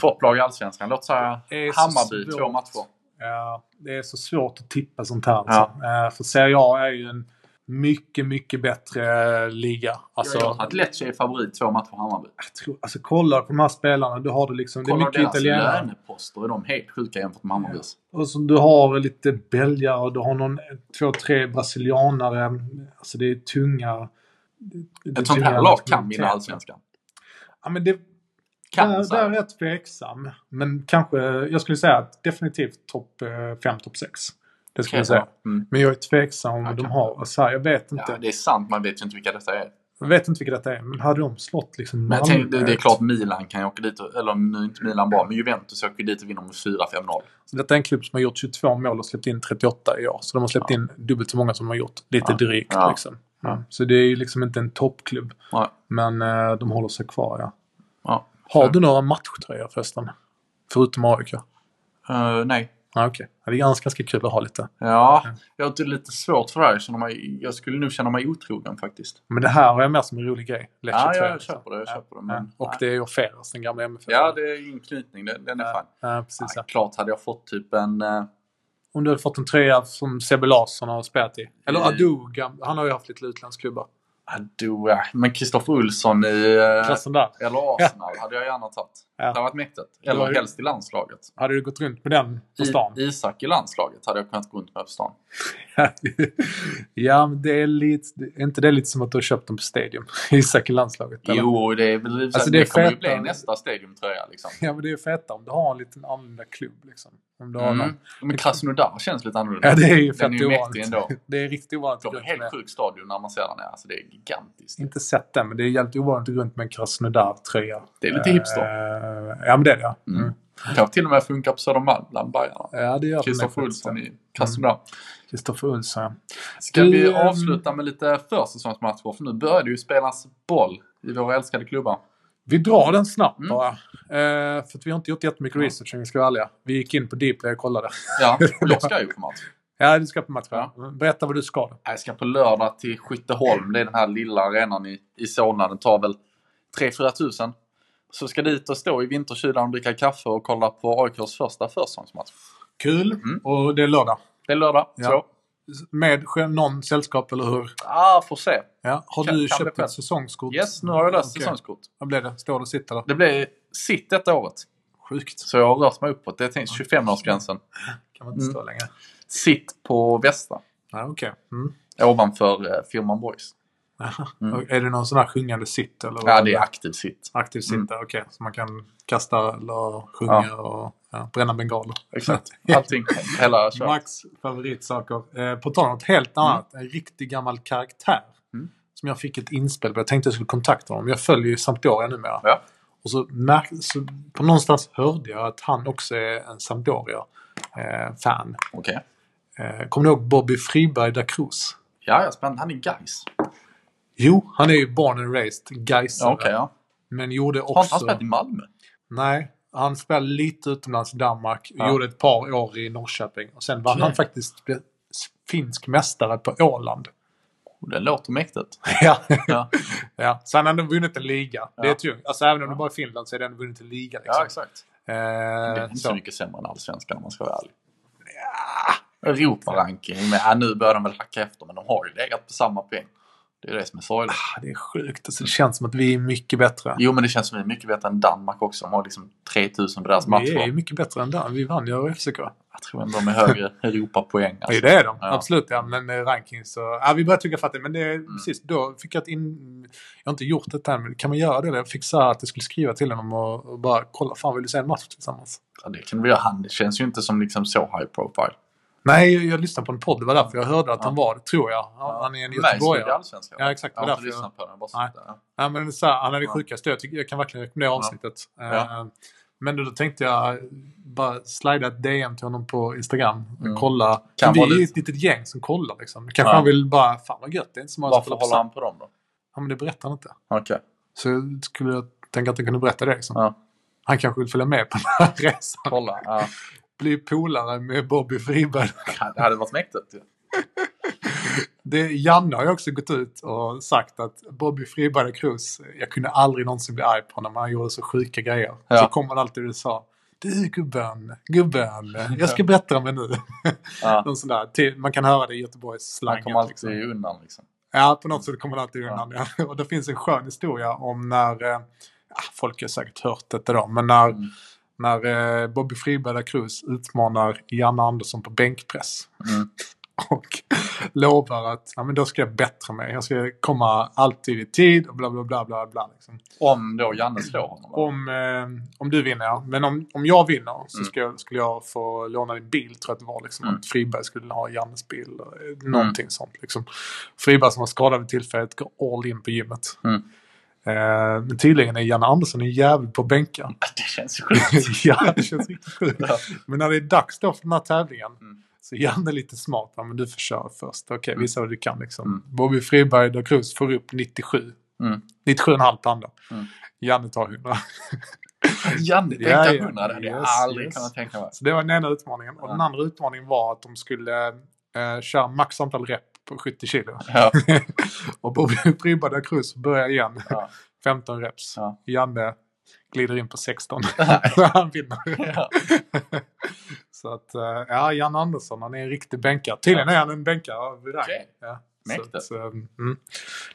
S2: topplag i Allsvenskan? Låt säga
S1: Det är så
S2: Hammarby,
S1: svårt.
S2: två matcher.
S1: Ja, det är så svårt att tippa sånt här. Alltså. Eh, för Serie A är ju en mycket, mycket bättre liga. Alltså,
S2: jag tror att Lecce är favorit två matcher för Hammarby.
S1: jag tror, alltså kolla på de här spelarna. Du har det liksom...
S2: Kolla
S1: det är mycket
S2: deras
S1: italienare.
S2: löneposter. Är de helt sjuka jämfört med Hammarbys?
S1: Och så du har lite belgare och du har någon, två, tre brasilianare. Alltså det är tunga... det är
S2: Ett sånt
S1: tunga
S2: här lag kan vinna
S1: nationaliteter.
S2: Allsvenskan.
S1: Ja, men det,
S2: Kan,
S1: där,
S2: så
S1: där
S2: här.
S1: är jag tveksam. Men kanske, jag skulle säga att definitivt topp 5, topp 6. Det skulle jag säga.
S2: Mm.
S1: Men jag är tveksam om
S2: Ja,
S1: vad de
S2: kan.
S1: har. Så här, jag vet inte.
S2: Ja, det är sant, man vet ju inte vilka detta är.
S1: Jag vet inte vilka detta är. Men hade de slått liksom
S2: Men jag tänkte, det, det är
S1: Malmö?
S2: klart Milan kan ju åka dit, och, eller nu är inte Milan bra, men Juventus åker ju dit och vinner med 4-5-0.
S1: Så detta är en klubb som har gjort 22 mål och släppt in 38 i år. Så de har släppt
S2: Ja.
S1: in dubbelt så många som de har gjort. Lite
S2: Ja.
S1: drygt
S2: Ja.
S1: liksom. Mm. Så det är ju liksom inte en toppklubb.
S2: Ja.
S1: Men eh, de håller sig kvar, ja.
S2: Ja.
S1: Har du några matchtröjor förresten? Förutom AIK?
S2: Eh, nej.
S1: Ah, Okej. Ja, Det är ganska, ganska kul att ha lite.
S2: Ja, jag har inte lite svårt för det här. Jag, känner mig, jag skulle nog känna mig otrogen faktiskt.
S1: Men det här har jag med som en rolig grej.
S2: Ja,
S1: Lecce-tröjan,
S2: jag,
S1: liksom.
S2: köper det. Jag
S1: Ja.
S2: köper det men,
S1: Och det är ju Feras, den gamla MFF.
S2: Ja, det är ingen knytning. Den, den är
S1: Ja.
S2: fan.
S1: Ja, precis, ja.
S2: Ja, klart hade jag fått typ en... eh,
S1: Om du hade fått en tröja som Sebbe Larsson har spelat i. Eller
S2: Mm.
S1: Adu, gam- han har ju haft lite utlandsklubbar.
S2: Ado, ah, ja, men Kristoffer Olsson i... eh,
S1: Klassen där.
S2: Eller Arsenal hade jag gärna tagit.
S1: Ja.
S2: Det hade varit mäktigt.
S1: Då är
S2: Eller
S1: det-
S2: helst i landslaget.
S1: Hade du gått runt med den på stan?
S2: I, Isak i landslaget hade jag kunnat gå runt med på stan.
S1: ja, men det är lite... Är inte det lite som att du har köpt den på Stadium? *laughs* Isak i landslaget? eller?
S2: Jo, det är väl
S1: Alltså, det
S2: det,
S1: är
S2: kommer ju
S1: fett,
S2: bli
S1: men-
S2: nästa stadiumtröja liksom.
S1: Ja, men det är ju feta om du har en liten annorlunda klubb. Liksom. Om du har någon.
S2: Mm. Men Krasnodar känns lite annorlunda.
S1: Ja, det är ju fett
S2: Den är ju mäktig
S1: ovanligt.
S2: ändå.
S1: Det är riktigt ovanligt att gå
S2: De är
S1: runt med.
S2: helt sjuk stadion när man ser den. här. Alltså, det är gigantiskt.
S1: Inte sett den, men det är jävligt ovanligt att gå runt med en Krasnodar-tröja.
S2: Det är lite hipster.
S1: Eh, ja, men det är det. ja.
S2: Mm.
S1: Mm.
S2: Kanske till och med funkar på Södermalm bland Bajarna.
S1: Ja, det gör
S2: Kristoffer Olsson i Krasnodar.
S1: Kristoffer Olsson,
S2: Ska
S1: Du,
S2: vi
S1: ehm,
S2: avsluta med lite försäsongsmatcher? För nu börjar det ju spelas boll i våra älskade klubbar.
S1: Vi drar den snabbt
S2: Mm.
S1: bara. Eh, för att vi har inte gjort jättemycket
S2: Ja.
S1: research om vi ska vara ärliga. Vi gick in på Dplay och kollade. *laughs*
S2: Ja, och jag ska ju på match.
S1: ja, du ska på match. va? Berätta vad du ska då.
S2: Jag ska på lördag till Skytteholm. Det är den här lilla arenan i, i Solna. Den tar väl 3-4 tusen. Så ska dit och stå i vinterkylan och dricka kaffe och kolla på AIKs första försäsongsmatch.
S1: Kul.
S2: Mm.
S1: Och det är lördag.
S2: Det är lördag.
S1: Ja.
S2: Så,
S1: Med själv- någon sällskap, eller hur?
S2: ah, får se.
S1: Ja. Har
S2: Kan-
S1: du
S2: kan
S1: köpt
S2: bli
S1: ett säsongskort?
S2: Yes, nu har jag löst
S1: Okej.
S2: säsongskort.
S1: Vad blev det? Står det och sitter där?
S2: Det blir sitt detta året.
S1: Sjukt.
S2: Så jag har rört mig uppåt. Det är tänkt 25-årsgränsen.
S1: Kan man inte
S2: Mm.
S1: stå längre.
S2: Sitt på Västra.
S1: Ja, okej. Mm. *laughs*
S2: Ovanför eh, firman Boys.
S1: Jaha.
S2: Mm.
S1: Och Är det någon sån här sjungande sitt? Eller vad
S2: Ja, det är aktiv sitt.
S1: Aktiv sitt,
S2: Mm.
S1: okej. Så man kan kasta eller sjunga och ja, bränna bengaler.
S2: Exakt. Allting. Hela köret.
S1: Max favoritsaker. Eh, på tal om något helt annat, en riktig gammal karaktär.
S2: Mm.
S1: Som jag fick ett inspel på. Jag tänkte jag skulle kontakta honom. Jag följer ju Sampdoria numera.
S2: Ja.
S1: Och så, märk- så på någonstans hörde jag att han också är en Sampdoria-fan.
S2: Okej.
S1: Eh, kommer du ihåg Bobby Friberg da Cruz?
S2: Ja, ja, spännande. Han är guys.
S1: Jo, han är ju born and raised Gaisare.
S2: Ja, okej, ja.
S1: Men gjorde också...
S2: Har inte han spelat i Malmö?
S1: Nej, han spelade lite utomlands i Danmark.
S2: Ja.
S1: Gjorde ett par år i Norrköping. Och sen vann
S2: Okej.
S1: han faktiskt be- finsk mästare på Åland.
S2: Oh, Det
S1: *laughs*
S2: låter mäktigt.
S1: ja.
S2: *laughs* Ja,
S1: ja. Så han har ändå vunnit en liga. Det är
S2: Ja.
S1: tungt. Alltså även om det
S2: Ja.
S1: bara är Finland så är det ändå vunnit en liga.
S2: ja
S1: Liksom.
S2: exakt. Det är
S1: Eh,
S2: inte
S1: så.
S2: så mycket sämre än allsvenskan om man ska vara ärlig. Europa-ranking. Men, ja, nu börjar de väl hacka efter, men de har ju legat på samma poäng. Det är det som är sorgligt.
S1: Ah, det är sjukt. Alltså, det känns som att vi är mycket bättre.
S2: Jo, men det känns som vi är mycket bättre än Danmark också. De har liksom 3000 på deras
S1: vi är
S2: matcher.
S1: ju mycket bättre än där. Vi vann ju FCK.
S2: Jag tror ändå de är högre Europa-poäng.
S1: Ja,
S2: Alltså.
S1: det är de.
S2: Ja. Mm.
S1: Absolut. Ja, men eh, ranking så... Ja, vi börjar tugga fattigt. Men det är precis då fick jag ett in... Jag har inte gjort det än, men kan man göra det? Jag fick så här att jag skulle skriva till honom och, och bara kolla. Fan, vill du se en match tillsammans?
S2: Ja, det kan vi göra. Han känns ju inte som liksom så high profile.
S1: Nej, jag, jag lyssnade på en podd. Det var därför jag hörde att
S2: Ja.
S1: han var det, tror jag. Han, han är en göteborgare.
S2: i allsvenskan.
S1: Ja, exakt.
S2: Jag
S1: Det
S2: har
S1: var
S2: inte
S1: därför jag...
S2: lyssnat på den. Jag bara
S1: Nej.
S2: sett det.
S1: Ja, men så här, han är det
S2: Ja.
S1: sjukaste. Jag, tycker, jag kan verkligen rekommendera avsnittet.
S2: Ja.
S1: Eh, Men då, då tänkte jag bara slida ett DM till honom på Instagram och
S2: Mm.
S1: kolla.
S2: Kan
S1: vi
S2: vara
S1: är ju
S2: lite-
S1: ett litet gäng som kollar liksom. Kanske
S2: Ja.
S1: han vill bara, fan vad gött, det är inte så många som
S2: Varför
S1: kollar på
S2: håller han på dem då?
S1: Ja, men det berättar han inte.
S2: Okej.
S1: Så jag skulle jag tänka att jag kunde berätta det. Liksom.
S2: Ja.
S1: Han kanske vill följa med på den här *laughs* resan.
S2: Kolla.
S1: *laughs*
S2: Ja.
S1: Bli polare med Bobby Friberg.
S2: Det hade varit mäktigt ju.
S1: Det, Janne har ju också gått ut och sagt att Bobby Friberg och Cruz, jag kunde aldrig någonsin bli arg på honom. Han gjorde så sjuka grejer.
S2: Ja.
S1: Så kom han alltid och sa du gubben, gubben, jag ska berätta om det nu. *laughs*
S2: Ja.
S1: Någon sån där, till- man kan höra det i Göteborgs
S2: Han
S1: slang.
S2: kommer alltid undan liksom.
S1: Ja, på något sätt kommer det alltid undan. Ja. Och det finns en skön historia om när, eh, ah, folk har säkert hört detta då, men när,
S2: Mm.
S1: när eh, Bobby Friberg da Cruz utmanar Janne Andersson på bänkpress.
S2: Mm.
S1: *laughs* Och lovar att ja, men då ska jag bättra mig. Jag ska komma alltid i tid och bla bla bla bla. bla liksom.
S2: Om då Janne slår honom. då?
S1: om, eh, om du vinner, ja. Men om, om jag vinner så
S2: Mm.
S1: ska jag, skulle jag få låna din bil, tror jag att det var. Liksom,
S2: Mm.
S1: Att Friberg skulle ha Jannes bil. eh, Någonting sånt. Liksom. Friberg som var skadad vid tillfället går all in på gymmet.
S2: Mm.
S1: Eh, men tydligen är Janne Andersson en jävel på bänken.
S2: *laughs* Det känns ju
S1: *laughs*
S2: sjukt.
S1: ja, det känns riktigt sjukt.
S2: Mm. *laughs* Ja.
S1: Men när det är dags då för den här tävlingen
S2: Mm.
S1: så Janne är lite smart. Ja, men du får köra först. Okej, visa vad du kan liksom.
S2: Mm.
S1: Bobby Friberg och Cruz får upp 97.
S2: Mm.
S1: 97,5 pannor.
S2: Mm.
S1: Janne tar 100.
S2: Janne tänkte
S1: Ja,
S2: ja,
S1: ja.
S2: hundra. Det hade jag
S1: Yes,
S2: aldrig
S1: yes.
S2: kunnat tänka mig.
S1: Så det var den ena utmaningen. Och den
S2: Ja.
S1: andra utmaningen var att de skulle eh, köra max antal rep på 70 kilo.
S2: Ja.
S1: och *laughs* Bobby Friberg och Cruz börjar igen. *laughs*
S2: Ja.
S1: 15 reps. *laughs*
S2: Ja.
S1: Janne glider in på
S2: *laughs*
S1: 16. Så *laughs* han vinner. *laughs*
S2: Ja.
S1: Så att, eh, ja, Jan Andersson, han är en riktig bänkare. Tydligen är han en bänkare av rang.
S2: Okej.
S1: Ja.
S2: Mäktigt.
S1: Så att, eh, mm.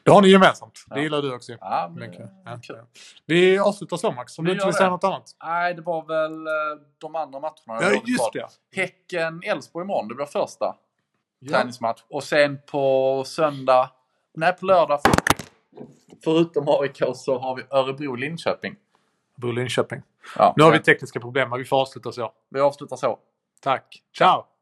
S1: Det har ni gemensamt. Det
S2: Ja.
S1: gillar du också.
S2: Ja, men,
S1: Bänkare. Ja.
S2: kul.
S1: Vi avslutar så Max, om
S2: Vi
S1: du inte
S2: gör
S1: vill säga
S2: det.
S1: något annat.
S2: Nej, det var väl eh, de andra matcherna. jag
S1: Ja,
S2: gjorde
S1: just
S2: klart.
S1: det.
S2: Häcken-Elfsborg imorgon. Det blir första
S1: Ja.
S2: träningsmatch. Och sen på söndag... Nej, på lördag. Förutom AIK så har vi Örebro-Linköping.
S1: Bo Linköping.
S2: Ja,
S1: Nu har vi tekniska problem, men vi får avsluta så.
S2: vi avslutar så.
S1: Tack. Ciao!